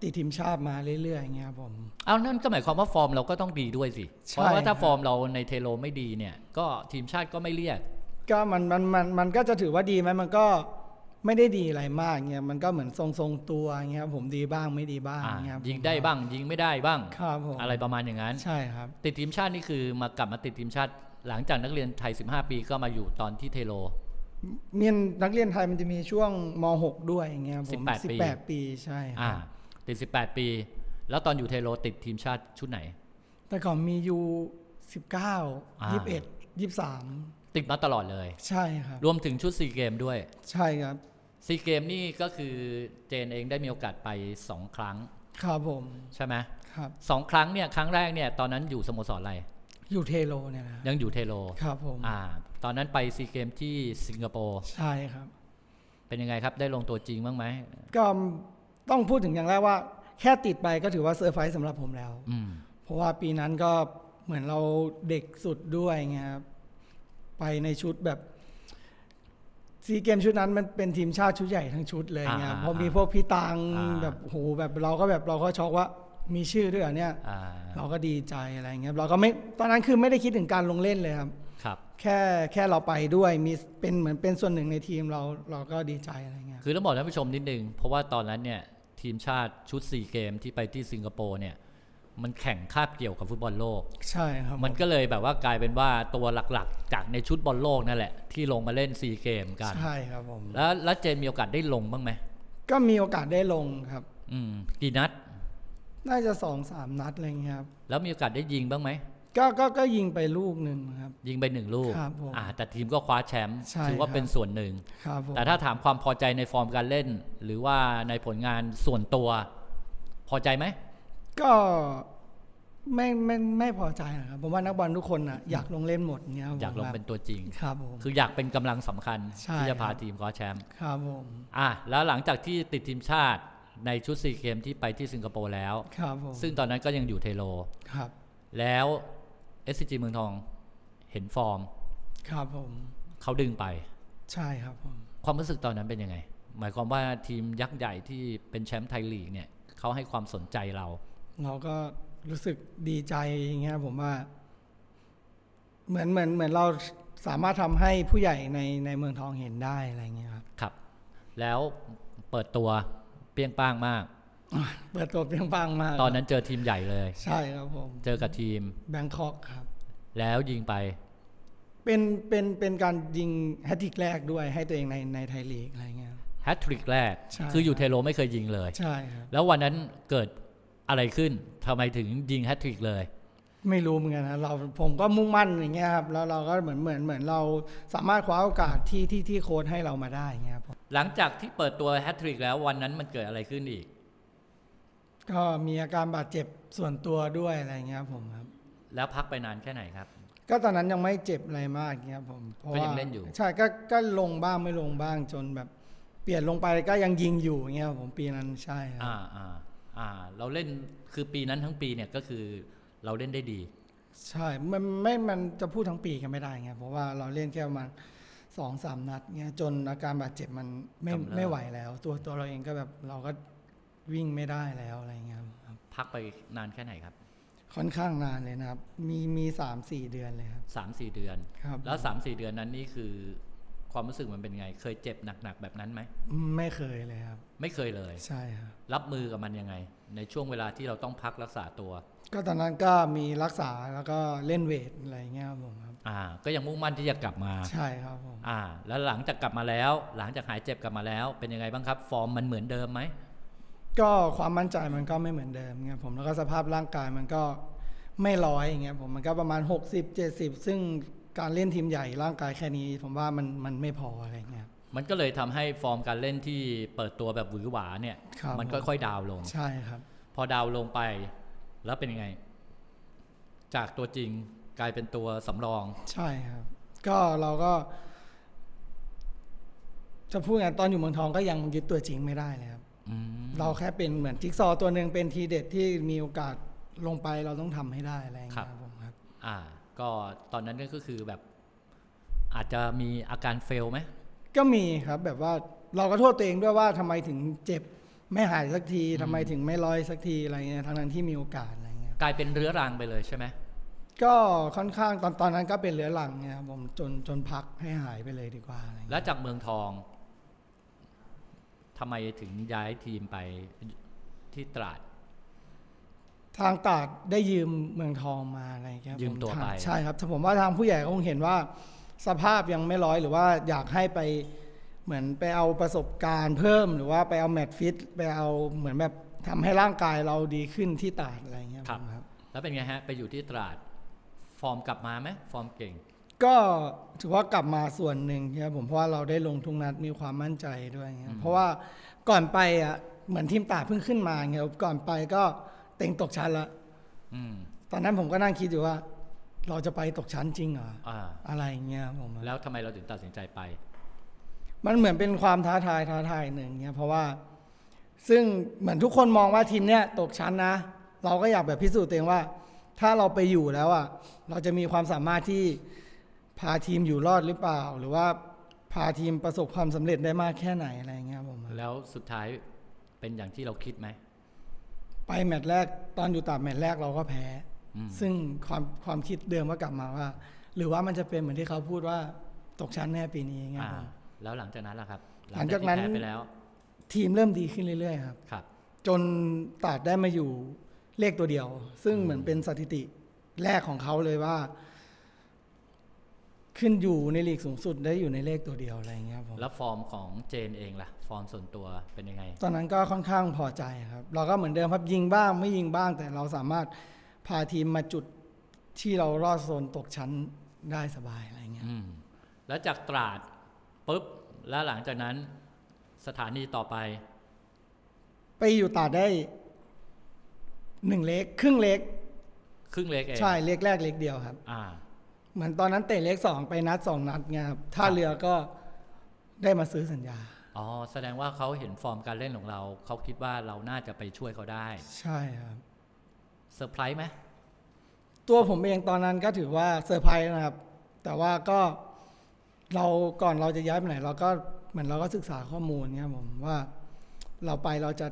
[SPEAKER 3] ติดทีมชาติมาเรื่อยๆเงี้ยครับผม
[SPEAKER 2] เอานั่นก็หมายความว่าฟอร์มเราก็ต้องดีด้วยสิ
[SPEAKER 3] ใช่
[SPEAKER 2] เพราะว่าถ้า
[SPEAKER 3] ครับ
[SPEAKER 2] ฟอร์มเราในเทโลไม่ดีเนี่ย ก็ทีมชาติก็ไม่เรียก
[SPEAKER 3] ก็มันมันมันมันก็จะถือว่าดีไหมมันก็ไม่ได้ดีอะไรมากเงี้ยมันก็เหมือนทรงทรงๆตัวเงี้ยครับผมดีบ้างไม่ดีบ้าง
[SPEAKER 2] อ่า
[SPEAKER 3] เงี้ยครับ
[SPEAKER 2] ยิงได้บ้าง ยิงไม่ได้บ้าง
[SPEAKER 3] ครับผม
[SPEAKER 2] อะไรประมาณอย่างนั้น
[SPEAKER 3] ใช่ครับ
[SPEAKER 2] ติดทีมชาตินี่คือมากลับมาติดทีมชาติ หลังจากนักเรียนไทย 15 ปีก็มาอยู่ตอนที่เทโล
[SPEAKER 3] เมียนนักเรียนไทยมันจะมีช่วงม .6 ด้วยอย่างเงี้ยครับผม
[SPEAKER 2] 18ปี
[SPEAKER 3] 18 ปีใช่ค
[SPEAKER 2] อ่า
[SPEAKER 3] รับ
[SPEAKER 2] ติด 18 ปี แล้วตอนอยู่เทโลติดทีมชาติชุดไหน
[SPEAKER 3] แต่ก่อนมียู19
[SPEAKER 2] อ่า
[SPEAKER 3] 21 23
[SPEAKER 2] ติดมาตลอดเลย
[SPEAKER 3] ใช่ครับ
[SPEAKER 2] รวมถึงชุดซีเกมด้วย
[SPEAKER 3] ใช่ครับ
[SPEAKER 2] ซีเกมนี่ก็คือเจนเองได้มีโอกาสไป 2 ครั้ง
[SPEAKER 3] ครับผม
[SPEAKER 2] ใช่ไหม
[SPEAKER 3] ครับ
[SPEAKER 2] สองครั้งเนี่ยครั้งแรกเนี่ยตอนนั้นอยู่สโมสรอะไร
[SPEAKER 3] อยู่เทโลเนี่ยนะครับ
[SPEAKER 2] ยังอยู่เทโล
[SPEAKER 3] ครับผม
[SPEAKER 2] อ่าตอนนั้นไปซีเกมที่สิงคโปร์
[SPEAKER 3] ใช่ครับ
[SPEAKER 2] เป็นยังไงครับ ได้ลงตัวจริงบ้างไหม
[SPEAKER 3] ก็ต้องพูดถึงอย่างแรกว่า แค่ติดไปก็ถือว่าเซอร์ไพรส์สำหรับผมแล้ว
[SPEAKER 2] อืม
[SPEAKER 3] เพราะว่าปีนั้นก็เหมือนเราเด็กสุดด้วยไงครับไปในชุดแบบซีเกมชุดนั้นมันเป็นทีมชาติชุดใหญ่ทั้งชุดเลยไงครับ
[SPEAKER 2] อ่า
[SPEAKER 3] พอมีพวกพี่ตัง
[SPEAKER 2] อ่า
[SPEAKER 3] แบบโหแบบเราก็แบบเราก็ช็อกว่ามีชื่อด้วยเหรอเนี่ย
[SPEAKER 2] อ่า
[SPEAKER 3] เราก็ดีใจอะไรเงี้ยครับเราก็ไม่ตอนนั้นคือไม่ได้คิดถึงการลงเล่นเลยครับ
[SPEAKER 2] ครับ
[SPEAKER 3] แค่แค่เราไปด้วยมีเป็นเหมือนเป็นส่วนหนึ่งในทีมเราเราก็ดีใจอะไรเงี้ยครับ
[SPEAKER 2] คือต้องบอกท่านผู้ชมนิดนึง เพราะว่าตอนนั้นเนี่ย ทีมชาติชุด 4 เกมที่ไปที่สิงคโปร์เนี่ย มันแข่งคาบเกี่ยวกับฟุตบอลโลก
[SPEAKER 3] ใช่ครับ
[SPEAKER 2] มันก็เลยแบบว่ากลายเป็นว่าตัวหลักๆ จากในชุดบอลโลกนั่นแหละ ที่ลงมาเล่น 4 เกมกัน
[SPEAKER 3] ใช่ครับผม
[SPEAKER 2] แล้วแล้วเจนมีโอกาสได้ลงบ้างไหม
[SPEAKER 3] ก็มีโอกาสได้ลงครับ
[SPEAKER 2] อืมกี่นัด
[SPEAKER 3] น่าจะสองสามนัดอะไรเงี้ยครับ
[SPEAKER 2] แล้วมีโอกาสได้ยิงบ้างไหม
[SPEAKER 3] ก็ก็ก็ยิงไปลูกหนึ่งครับ
[SPEAKER 2] ยิงไปหนึ่งลูก
[SPEAKER 3] ครับผม
[SPEAKER 2] อ่าแต่ทีมก็คว้าแชมป์
[SPEAKER 3] ใช่
[SPEAKER 2] ถือว่า
[SPEAKER 3] ครับ
[SPEAKER 2] เป็นส่วนหนึ่ง
[SPEAKER 3] ครับผม
[SPEAKER 2] แต่ถ้าถามความพอใจในฟอร์มการเล่น หรือว่าในผลงานส่วนตัว พอใจไหม
[SPEAKER 3] ก็ไม่ไม่ไม่พอใจนะครับผมว่านักบอลทุกคนอ่ะอยากลงเล่นหมดเงี้ยครับ
[SPEAKER 2] อยากลงเป็นตัวจริง
[SPEAKER 3] ครับผม
[SPEAKER 2] คืออยากเป็นกำลังสำคัญ
[SPEAKER 3] ใช่
[SPEAKER 2] ที่จะพา
[SPEAKER 3] ครับ
[SPEAKER 2] ทีมคว้าแชมป์
[SPEAKER 3] ครับผม
[SPEAKER 2] อ่ะแล้วหลังจากที่ติดทีมชาติในชุดซีเกมที่ไปที่สิงคโปร์แล้ว
[SPEAKER 3] ครับผม
[SPEAKER 2] ซึ่งตอนนั้นก็ยังอยู่เทโล
[SPEAKER 3] ครับ
[SPEAKER 2] แล้ว SCG เมืองทองเห็นฟอร์ม
[SPEAKER 3] ครับผม
[SPEAKER 2] เขาดึงไป
[SPEAKER 3] ใช่ครับผม
[SPEAKER 2] ความรู้สึกตอนนั้นเป็นยังไง หมายความว่าทีมยักษ์ใหญ่ที่เป็นแชมป์ไทยลีกเนี่ยเขาให้ความสนใจเรา
[SPEAKER 3] เราก็รู้สึกดีใจอย่างเงี้ยผมว่า เหมือนเหมือนเหมือนเราสามารถทำให้ผู้ใหญ่ในในเมืองทองเห็นได้อะไรเงี้ยครับ
[SPEAKER 2] ครับ แล้วเปิดตัวเปรี้ยงป้างมาก
[SPEAKER 3] เปิดตัวเปรียงปังมาก
[SPEAKER 2] ตอนนั้นเจอทีมใหญ่เลย
[SPEAKER 3] ใช่ครับผม
[SPEAKER 2] เจอกับทีม
[SPEAKER 3] แบงคอกครับ
[SPEAKER 2] แล้วยิงไป
[SPEAKER 3] เป็นเป็นเป็นการยิงแฮตติกแรกด้วยให้ตัวเองในในไทยลีกอะไรเงี้ยครับ
[SPEAKER 2] แฮตทริกแรก
[SPEAKER 3] ใช่
[SPEAKER 2] คืออยู่เทโลไม่เคยยิงเลย
[SPEAKER 3] ใช่ครับ
[SPEAKER 2] แล้ววันนั้นเกิดอะไรขึ้นทำไมถึงยิงแฮตทริกเลย
[SPEAKER 3] ไม่รู้เหมือนกันนะเราผมก็มุ่งมั่นอย่างเงี้ยครับแล้วเราก็เหมือนเหมือนเหมือนเราสามารถคว้าโอกาสที่ที่ที่โค้ชให้เรามาได้อย่างเงี้ยครับผม
[SPEAKER 2] หลังจากที่เปิดตัวแฮตทริกแล้ววันนั้นมันเกิดอะไรขึ้นอีก
[SPEAKER 3] ก็มีอาการบาดเจ็บส่วนตัวด้วยอะไรเงี้ยครับผมครับ
[SPEAKER 2] แล้วพักไปนานแค่ไหนครับ
[SPEAKER 3] ก็ตอนนั้นยังไม่เจ็บอะไรมากเงี้ยครับผมพราะว่า
[SPEAKER 2] ก็ยังเล่นอยู่
[SPEAKER 3] ใช่ก็ก็ลงบ้างไม่ลงบ้างจนแบบ เปลี่ยนลงไปก็ยังยิงอยู่อย่างเงี้ยครับผมปีนั้นใช่ครับ
[SPEAKER 2] อ่าอ่าอ่าเราเล่นคือปีนั้นทั้งปีเนี่ยก็คือเราเล่นได้ดี
[SPEAKER 3] ใช่มันไม่มันจะพูดทั้งปีกันไม่ได้เงี้ยเพราะว่าเราเล่นแค่ประมาณสองสามนัดเงี้ยจนอาการบาดเจ็บมันไม่
[SPEAKER 2] กำเริบ
[SPEAKER 3] ไม่ไหวแล้ว ตัวตัวเราเองก็แบบเราก็วิ่งไม่ได้แล้วอะไรเงี้ยครับ
[SPEAKER 2] พักไปนานแค่ไหนครับ
[SPEAKER 3] ค่อนข้างนานเลยนะครับ มีมีสามสี่เดือนเลยครับ
[SPEAKER 2] สามสี่เดือน
[SPEAKER 3] ครับ
[SPEAKER 2] แล้วสามสี่เดือนนั้นนี่คือความรู้สึกมันเป็นไง เคยเจ็บหนักๆแบบนั้นไหม
[SPEAKER 3] อืมไม่เคยเลยครับ
[SPEAKER 2] ไม่เคยเลย
[SPEAKER 3] ใช่ครับ
[SPEAKER 2] รับมือกับมันยังไง ในช่วงเวลาที่เราต้องพักรักษาตัว
[SPEAKER 3] ก็ตอนนั้นก็มีรักษาแล้วก็เล่นเวทอะไรเงี้ยครับผมครับ
[SPEAKER 2] อ่า ก็ยังมุ่งมั่นที่จะกลับมา
[SPEAKER 3] ใช่ครับผม
[SPEAKER 2] อ่า แล้วหลังจากกลับมาแล้ว หลังจากหายเจ็บกลับมาแล้ว เป็นยังไงบ้างครับ ฟอร์มมันเหมือนเดิมไหม
[SPEAKER 3] ก็ความมั่นใจมันก็ไม่เหมือนเดิมเงี้ยผมแล้วก็สภาพร่างกายมันก็ไม่ร้อยอย่างเงี้ยผมมันก็ประมาณ 60 70 ซึ่งการเล่นทีมใหญ่ร่างกายแค่นี้ ผมว่ามันมันไม่พออะไรเงี้ยครับ
[SPEAKER 2] มันก็เลยทำให้ฟอร์มการเล่นที่เปิดตัวแบบหวือหวาเนี่ย
[SPEAKER 3] ครับ
[SPEAKER 2] มันค่อยๆดาวน์ลง
[SPEAKER 3] ใช่ครับ
[SPEAKER 2] พอดาวน์ลงไป แล้วเป็นยังไง จากตัวจริงกลายเป็นตัวสำรอง
[SPEAKER 3] ใช่ครับ ก็เราก็ จะพูดไงตอนอยู่เมืองทองก็ยังยึดตัวจริงไม่ได้เลยครับ
[SPEAKER 2] อืม
[SPEAKER 3] เราแค่เป็นเหมือนจิ๊กซอว์ตัวหนึ่งเป็นทีเด็ดที่มีโอกาสลงไปเราต้องทำให้ได้อะไรอย่างเงี้ยครับผมครับ
[SPEAKER 2] อ่า ก็ตอนนั้นก็คือแบบ อาจจะมีอาการเฟลไหม
[SPEAKER 3] ก็มีครับแบบว่าเราก็โทษตัวเองด้วยว่าทำไมถึงเจ็บไม่หายสักทีทำไมถึงไม่ร้อยสักทีอะไรเงี้ยทั้งนั้นที่มีโอกาสอะไรเงี้ย
[SPEAKER 2] กลายเป็นเรื้อรังไปเลยใช่ไหม
[SPEAKER 3] ก็ค่อนข้างตอนตอนนั้นก็เป็นเรื้อรังเนี่ยครับผมจนจนพักให้หายไปเลยดีกว่าอะไรเงี้ย
[SPEAKER 2] แล้วจากเมืองทองทำไมถึงย้ายทีมไปที่ตราด
[SPEAKER 3] ทางตราดได้ยืมเมืองทองมาอะไรเงี้ยครับ
[SPEAKER 2] ยืมตัว
[SPEAKER 3] ผทาง
[SPEAKER 2] ไป
[SPEAKER 3] ใช่ครับถ้าผมว่าทางผู้ใหญ่ก็คงเห็นว่าสภาพยังไม่ร้อยหรือว่าอยากให้ไปเหมือนไปเอาประสบการณ์เพิ่มหรือว่าไปเอาแมตช์ฟิตไปเอาเหมือนแบบทำให้ร่างกายเราดีขึ้นที่ตราดอะไรเงี้ยผมครับ
[SPEAKER 2] แล้วเป็นไงฮะ ไปอยู่ที่ตราด ฟอร์มกลับมาไหมฟอร์มเก่ง
[SPEAKER 3] ก็ถือว่ากลับมาส่วนหนึ่งครับผมเพราะว่าเราได้ลงทุกนัดมีความมั่นใจด้วยเงี้ยเพราะว่าก่อนไปอ่ะเหมือนทีมตราดเพิ่งขึ้นมาเงี้ยก่อนไปก็เต็งตกชั้นละ
[SPEAKER 2] อืม
[SPEAKER 3] ตอนนั้นผมก็นั่งคิดอยู่ว่า เราจะไปตกชั้นจริงเหรอ
[SPEAKER 2] อ่า
[SPEAKER 3] อะไรเงี้ยผมอะ
[SPEAKER 2] แล้วทำไมเราถึงตัดสินใจไป
[SPEAKER 3] มันเหมือนเป็นความท้าทายท้าทายหนึ่งเงี้ยเพราะว่า ซึ่งเหมือนทุกคนมองว่าทีมเนี้ยตกชั้นนะ เราก็อยากแบบพิสูจน์ตัวเองว่า ถ้าเราไปอยู่แล้วอ่ะเราจะมีความสามารถที่ พาทีมอยู่รอดหรือเปล่า หรือว่าพาทีมประสบความสำเร็จได้มากแค่ไหนอะไรเงี้ยครับผม
[SPEAKER 2] แล้วสุดท้ายเป็นอย่างที่เราคิดไหม
[SPEAKER 3] ไปแมตช์แรกตอนอยู่ตราบแมตช์แรกเราก็แพ้ ซึ่งความความคิดเดิมก็กลับมาว่า หรือว่ามันจะเป็นเหมือนที่เขาพูดว่าตกชั้นแน่ปีนี้เงี้ยค
[SPEAKER 2] อ่า
[SPEAKER 3] รับผม
[SPEAKER 2] แล้วหลังจากนั้นล่ะครับ
[SPEAKER 3] หลังจากนั้น
[SPEAKER 2] ที่แพ้ไปแล้ว
[SPEAKER 3] ทีมเริ่มดีขึ้นเรื่อยๆครับ
[SPEAKER 2] ครับ
[SPEAKER 3] จนตราดได้มาอยู่เลขตัวเดียว ซึ่งเหมือนเป็นสถิติแรกของเขาเลยว่า ขึ้นอยู่ในลีกสูงสุดได้อยู่ในเลขตัวเดียวอะไรเงี้ยครับผม
[SPEAKER 2] แล้วฟอร์มของเจนเองล่ะ ฟอร์มส่วนตัวเป็นยังไง
[SPEAKER 3] ตอนนั้นก็ค่อนข้างพอใจครับ เราก็เหมือนเดิมครับยิงบ้างไม่ยิงบ้างแต่เราสามารถพาทีมมาจุดที่เรารอดโซนตกชั้นได้สบายอะไรเงี้ย
[SPEAKER 2] อืม แล้วจากตราดปุ๊บ แล้วหลังจากนั้นสถานีต่อไป
[SPEAKER 3] ไปอยู่ตราดได้หนึ่งเล็กครึ่งเล็ก
[SPEAKER 2] ครึ่งเล็กเอง
[SPEAKER 3] ใช่เล็กแรกเล็กเดียวครับ
[SPEAKER 2] อ่า
[SPEAKER 3] เหมือนตอนนั้นเตะเล็กสองไปนัดสองนัดไงครับท่าเรือก็ได้มาซื้อสัญญา
[SPEAKER 2] อ๋อ แสดงว่าเขาเห็นฟอร์มการเล่นของเรา เขาคิดว่าเราน่าจะไปช่วยเขาได้
[SPEAKER 3] ใช่ครับ
[SPEAKER 2] เซอร์ไพรส์ไหม
[SPEAKER 3] ตัวผมเองตอนนั้นก็ถือว่าเซอร์ไพรส์นะครับ แต่ว่าก็เราก่อนเราจะย้ายไปไหน เราก็เหมือนเราก็ศึกษาข้อมูลเนี่ยครับผมว่าเราไปเราจะ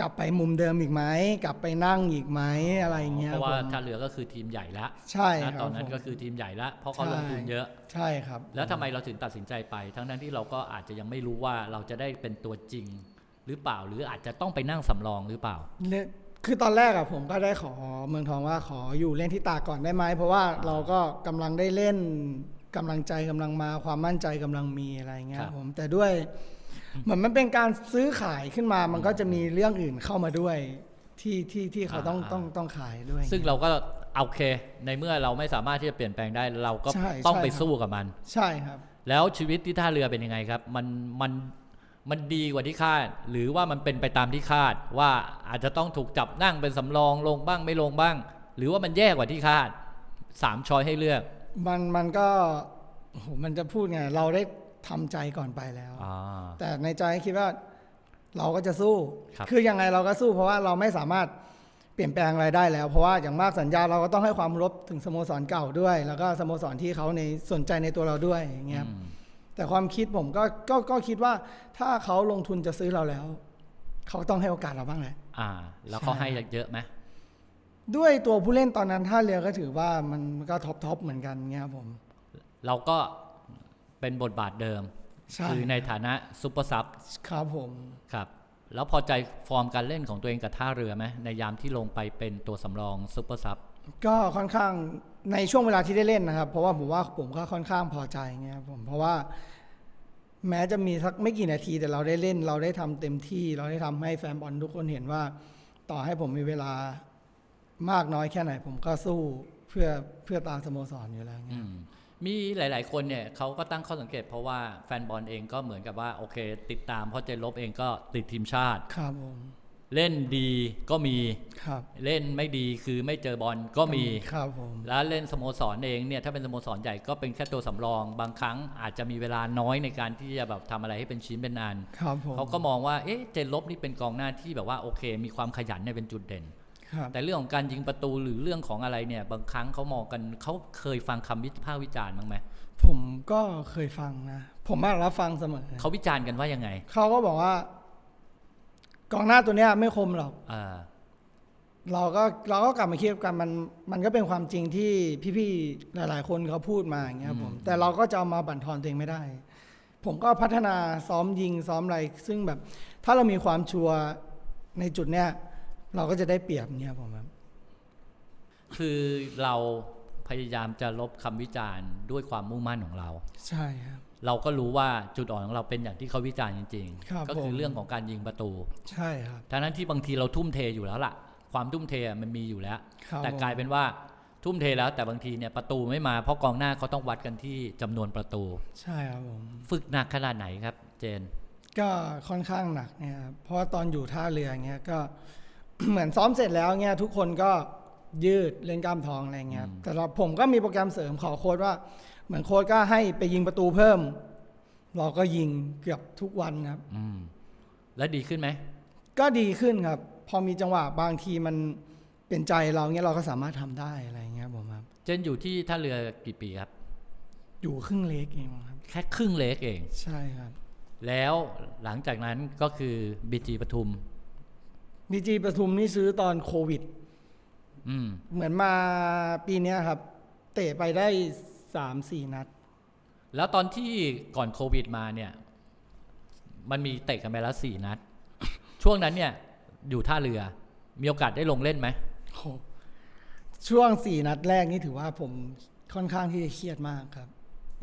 [SPEAKER 3] กลับไปมุมเดิมอีกไหมกลับไปนั่งอีกไหมอะไรอย่างเงี้ย
[SPEAKER 2] เพราะว่า
[SPEAKER 3] ผม
[SPEAKER 2] ท่าเรือก็คือทีมใหญ่ละ
[SPEAKER 3] ใช่ครั
[SPEAKER 2] นะ
[SPEAKER 3] บ
[SPEAKER 2] ตอนนั้น
[SPEAKER 3] ผม
[SPEAKER 2] ก็คือทีมใหญ่ละเพราะเขา
[SPEAKER 3] ใช่
[SPEAKER 2] ลงทุนเยอะ
[SPEAKER 3] ใช่ครับ
[SPEAKER 2] แล้วทำไมเราถึงตัดสินใจไป ทั้งนั้นที่เราก็อาจจะยังไม่รู้ว่าเราจะได้เป็นตัวจริง หรือเปล่าหรืออาจจะต้องไปนั่งสำรองหรือเปล่า
[SPEAKER 3] เนี่ยคือตอนแรกอะผมก็ได้ขอเมืองทองว่าขออยู่เล่นที่ตากก่อนได้ไหมเพราะว่าเราก็กำลังได้เล่นกำลังใจกำลังมาความมั่นใจกำลังมีอะไรเงี้
[SPEAKER 2] ค
[SPEAKER 3] ย
[SPEAKER 2] รับ
[SPEAKER 3] ผมแต่ด้วยเหมือนมันเป็นการซื้อขายขึ้นมามันก็จะมีเรื่องอื่นเข้ามาด้วยที่ที่ที่เขาต้องต้องต้องขายด้วย
[SPEAKER 2] ซึ่งเราก็โอเค ในเมื่อเราไม่สามารถที่จะเปลี่ยนแปลงได้ เราก็
[SPEAKER 3] ใช่
[SPEAKER 2] ต้อง
[SPEAKER 3] ใช่
[SPEAKER 2] ไป
[SPEAKER 3] ครับ
[SPEAKER 2] สู้กับมัน
[SPEAKER 3] ใช่ครับ
[SPEAKER 2] แล้วชีวิตที่ท่าเรือเป็นยังไงครับ มันมันมันดีกว่าที่คาด หรือว่ามันเป็นไปตามที่คาด ว่าอาจจะต้องถูกจับนั่งเป็นสำรองลงบ้างไม่ลงบ้าง หรือว่ามันแย่กว่าที่คาดสามช้อยให้เลือก
[SPEAKER 3] มันมันก็โอ้โหมันจะพูดไง เราได้ทำใจก่อนไปแล้ว
[SPEAKER 2] อ่า
[SPEAKER 3] แต่ในใจคิดว่าเราก็จะสู้
[SPEAKER 2] ครับ
[SPEAKER 3] คือยังไงเราก็สู้ เพราะว่าเราไม่สามารถเปลี่ยนแปลงอะไรได้แล้ว เพราะว่าอย่างมากสัญญาเราก็ต้องให้ความเคารบถึงสโมสรเก่าด้วย แล้วก็สโมสรที่เขาในสนใจในตัวเราด้วยอย่างเงี้ย
[SPEAKER 2] อืม
[SPEAKER 3] แต่ความคิดผมก็ก็ก็คิดว่าถ้าเขาลงทุนจะซื้อเราแล้ว เขาต้องให้โอกาสเราบ้างแหละ
[SPEAKER 2] อ่า แล้วเขา
[SPEAKER 3] ใช่
[SPEAKER 2] ให้เยอะไหม
[SPEAKER 3] ด้วยตัวผู้เล่นตอนนั้นท่าเรือก็ถือว่ามันก็ท็อปทอปเหมือนกันเงี้ยครับผม
[SPEAKER 2] เราก็เป็นบทบาทเดิม
[SPEAKER 3] ใช่
[SPEAKER 2] คือในฐานะซุปเปอร์ซับ
[SPEAKER 3] ครับผม
[SPEAKER 2] ครับ แล้วพอใจฟอร์มการเล่นของตัวเองกับท่าเรือไหมในยามที่ลงไปเป็นตัวสำรองซุปเปอร์ซับ
[SPEAKER 3] ก็ค่อนข้างในช่วงเวลาที่ได้เล่นนะครับ เพราะว่าผมว่าผมก็ค่อนข้างพอใจเงี้ยครับผมเพราะว่าแม้จะมีสักไม่กี่นาทีแต่เราได้เล่น เราได้ทำเต็มที่ เราได้ทำให้แฟนบอลทุกคนเห็นว่า ต่อให้ผมมีเวลามากน้อยแค่ไหน ผมก็สู้เพื่อเพื่อตามสโมสรอยู่แล้วเงี้ย
[SPEAKER 2] อืมมีหลาย ๆ คนเนี่ยเขาก็ตั้งข้อสังเกตเพราะว่าแฟนบอลเองก็เหมือนกับว่าโอเค ติดตามเพราะเจนลบเองก็ติดทีมชาติ
[SPEAKER 3] ครับผม
[SPEAKER 2] เล่นดีก็มี
[SPEAKER 3] ครับ
[SPEAKER 2] เล่นไม่ดีคือไม่เจอบอลก็มี
[SPEAKER 3] ครับผม
[SPEAKER 2] แล้วเล่นสโมสรเองเนี่ยถ้าเป็นสโมสรใหญ่ก็เป็นแค่ตัวสำรอง บางครั้งอาจจะมีเวลาน้อยในการที่จะแบบทำอะไรให้เป็นชิ้นเป็นอัน
[SPEAKER 3] ครับผม
[SPEAKER 2] เขาก็มองว่าเอ๊ะเจนลบนี่เป็นกองหน้าที่แบบว่าโอเค มีความขยันเนี่ยเป็นจุดเด่น
[SPEAKER 3] ครับ
[SPEAKER 2] แต่เรื่องของการยิงประตูหรือเรื่องของอะไรเนี่ยบางครั้งเขามองกันเขาเคยฟังคำวิพากษ์วิจารณ์บ้างไหม
[SPEAKER 3] ผมก็เคยฟังนะ ผมมารับฟังเสมอ
[SPEAKER 2] เขาวิจารณ์กันว่ายังไง
[SPEAKER 3] เขาก็บอกว่ากองหน้าตัวเนี้ยไม่คมหรอก
[SPEAKER 2] อ่า
[SPEAKER 3] เราก็เราก็กลับมาคิดกันมันมันก็เป็นความจริงที่พี่ๆหลาย ๆ คนเขาพูดมาอย่างเงี้ยครับผมแต่เราก็จะเอามาบั่นทอนตัวเองไม่ได้ ผมก็พัฒนาซ้อมยิงซ้อมอะไร ซึ่งแบบ ถ้าเรามีความชัวร์ในจุดเนี้ยเราก็จะได้เปรียบเนี้ยผมครับ
[SPEAKER 2] คือเราพยายามจะลบคำวิจารณ์ด้วยความมุ่งมั่นของเรา
[SPEAKER 3] ใช่ครับ
[SPEAKER 2] เราก็รู้ว่าจุดอ่อนของเราเป็นอย่างที่เขาวิจารณ์จริง
[SPEAKER 3] ครับ
[SPEAKER 2] ๆ ก็คื
[SPEAKER 3] ผ
[SPEAKER 2] อ
[SPEAKER 3] ม
[SPEAKER 2] เรื่องของการยิงประตู
[SPEAKER 3] ใช่ครับ
[SPEAKER 2] ทั้งนั้นที่บางทีเราทุ่มเทอยู่แล้วล่ะ ความทุ่มเทมันมีอยู่แล้ว
[SPEAKER 3] ครับ
[SPEAKER 2] แต่กลายเป็นว่าทุ่มเทแล้วแต่บางทีเนี่ยประตูไม่มาเพราะกองหน้าเขาต้องวัดกันที่จำนวนประตู
[SPEAKER 3] ใช่ครับผม
[SPEAKER 2] ฝึกหนักขนาดไหนครับ เจน
[SPEAKER 3] ก็ค่อนข้างหนักเนี่ยครับเพราะว่าตอนอยู่ท่าเรือเงี้ยก็ เหมือนซ้อมเสร็จแล้วเงี้ยทุกคนก็ยืดเล่นกล้ามท้องอะไรเงี้ยแต่เราผมก็มีโปรแกรมเสริมขอโค้ดว่า เหมือนโค้ดก็ให้ไปยิงประตูเพิ่ม เราก็ยิงเกือบทุกวันครับ
[SPEAKER 2] อืม แล้วดีขึ้นไหม
[SPEAKER 3] ก็ดีขึ้นครับ พอมีจังหวะบางทีมันเป็นใจเราเงี้ยเราก็สามารถทำได้อะไรเงี้ยผมครับ
[SPEAKER 2] เจนอยู่ที่ท่าเรือกี่ปีครับ
[SPEAKER 3] อยู่ครึ่งเล็กเองครับ
[SPEAKER 2] แค่ครึ่งเล็กเอง
[SPEAKER 3] ใช่ครับ
[SPEAKER 2] แล้วหลังจากนั้นก็คือบีจีปทุม
[SPEAKER 3] บีจีปทุมนี่ซื้อตอนโควิด
[SPEAKER 2] อืม
[SPEAKER 3] เหมือนมาปีเนี้ยครับ เตะไปได้สามสี่นัด
[SPEAKER 2] แล้วตอนที่ก่อนโควิดมาเนี่ย มันมีเตะกันไปแล้วสี่นัด ช่วงนั้นเนี่ย อยู่ท่าเรือ มีโอกาสได้ลงเล่นไหม
[SPEAKER 3] โหช่วงสี่นัดแรกนี่ถือว่าผมค่อนข้างที่จะเครียดมากครับ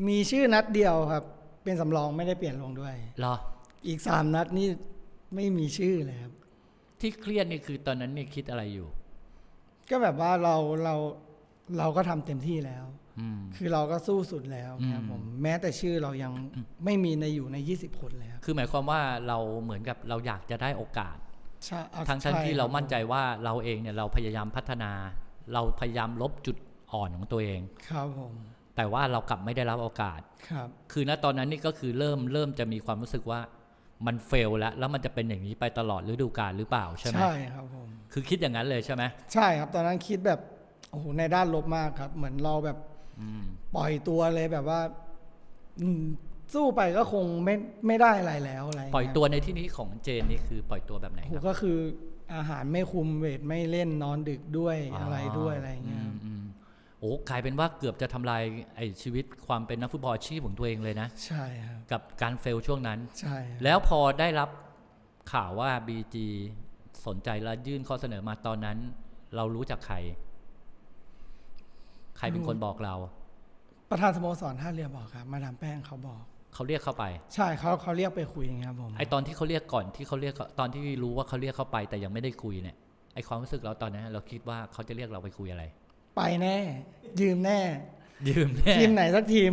[SPEAKER 3] มีชื่อนัดเดียวครับ เป็นสำรองไม่ได้เปลี่ยนลงด้วย
[SPEAKER 2] เหรอ
[SPEAKER 3] อีกสามนัดนี่ไม่มีชื่อเลยครับ
[SPEAKER 2] ที่เครียดนี่คือตอนนั้นนี่คิดอะไรอยู่
[SPEAKER 3] ก็แบบว่าเราเราเราก็ทำเต็มที่แล้ว
[SPEAKER 2] อืม
[SPEAKER 3] คือเราก็สู้สุดแล้วครับผมแม้แต่ชื่อเรายังไม่มีในอยู่ใน 20 คนเลยครับ
[SPEAKER 2] คือหมายความว่าเราเหมือนกับเราอยากจะได้โอกาส
[SPEAKER 3] ใช่เอา
[SPEAKER 2] ทั้งทั้งที่เรา
[SPEAKER 3] ใช่คบ
[SPEAKER 2] มั่นใจว่าเราเองเนี่ยเราพยายามพัฒนา เราพยายามลบจุดอ่อนของตัวเอง
[SPEAKER 3] ครับผม
[SPEAKER 2] แต่ว่าเรากลับไม่ได้รับโอกาส
[SPEAKER 3] ครับ
[SPEAKER 2] คือณตอนนั้นนี่ก็คือเริ่มเริ่มจะมีความรู้สึกว่ามันเฟลแล้ว แล้วมันจะเป็นอย่างนี้ไปตลอดฤดูกาลหรือเปล่าใช่ไหม
[SPEAKER 3] ใช่ครับผม
[SPEAKER 2] คือคิดอย่างนั้นเลยใช่ไหม
[SPEAKER 3] ใช่ครับ ตอนนั้นคิดแบบโอ้โหในด้านลบมากครับ เหมือนเราแบบ
[SPEAKER 2] อืม
[SPEAKER 3] ปล่อยตัวเลยแบบว่าอืม สู้ไปก็คงไม่ไม่ได้อะไรแล้วอะไราง
[SPEAKER 2] ปล่อย
[SPEAKER 3] เงี้
[SPEAKER 2] ตัวในที่นี้ของเจนนี่คือปล่อยตัวแบบไหน
[SPEAKER 3] โห
[SPEAKER 2] ครับ
[SPEAKER 3] ก็คืออาหารไม่คุมเวทไม่เล่นนอนดึกด้วยอะไรด้วยอะไรอย่างเงี้ย
[SPEAKER 2] มอืมโอ้กลายเป็นว่าเกือบจะทำลายไอ้ชีวิตความเป็นนักฟุตบอลอาชีพของตัวเองเลยนะ
[SPEAKER 3] ใช่ครับ
[SPEAKER 2] กับการเฟลช่วงนั้น
[SPEAKER 3] ใช่ครับ
[SPEAKER 2] แล้วพอได้รับข่าวว่า BG สนใจและยื่นข้อเสนอมาตอนนั้น เรารู้จากใคร ใครเป็นคนบอกเรา
[SPEAKER 3] ประธานสโมสรท่าเรือบอกครับ มาดามแป้งเขาบอก
[SPEAKER 2] เขาเรียกเข้าไป
[SPEAKER 3] ใช่เขาเขาเรียกไปคุยครับผม
[SPEAKER 2] ไอตอนที่เขาเรียกก่อนที่เขาเรียกตอนที่รู้ว่าเขาเรียกเข้าไป แต่ยังไม่ได้คุยเนี่ยไอความรู้สึกเราตอนนั้น เราคิดว่าเขาจะเรียกเราไปคุยอะไร
[SPEAKER 3] ไปแน่ ยืมแน่
[SPEAKER 2] ยืมแน่
[SPEAKER 3] ทีมไหนสักทีม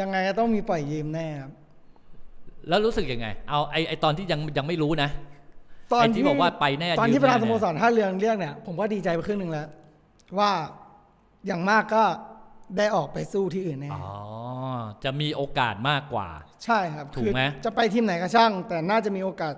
[SPEAKER 3] ยังไงก็ต้องมีปล่อยยืมแน่ครับ
[SPEAKER 2] แล้วรู้สึกยังไง เอาไอไอตอนที่ยังยังไม่รู้นะ
[SPEAKER 3] ตอน
[SPEAKER 2] ไอ้ที่บอกว่าไปแน่
[SPEAKER 3] ตอน
[SPEAKER 2] ยื
[SPEAKER 3] ที่
[SPEAKER 2] ม
[SPEAKER 3] ประธาน
[SPEAKER 2] แน่
[SPEAKER 3] สโมสรท่าเรือเรียกเนี่ยผมก็ดีใจไปครึ่งหนึ่งแล้ว ว่าอย่างมากก็ได้ออกไปสู้ที่อื่นแน่
[SPEAKER 2] อ๋อจะมีโอกาสมากกว่า
[SPEAKER 3] ใช่ครับ
[SPEAKER 2] ถูกไหม
[SPEAKER 3] คือจะไปทีมไหนก็ช่าง แต่น่าจะมีโอกาส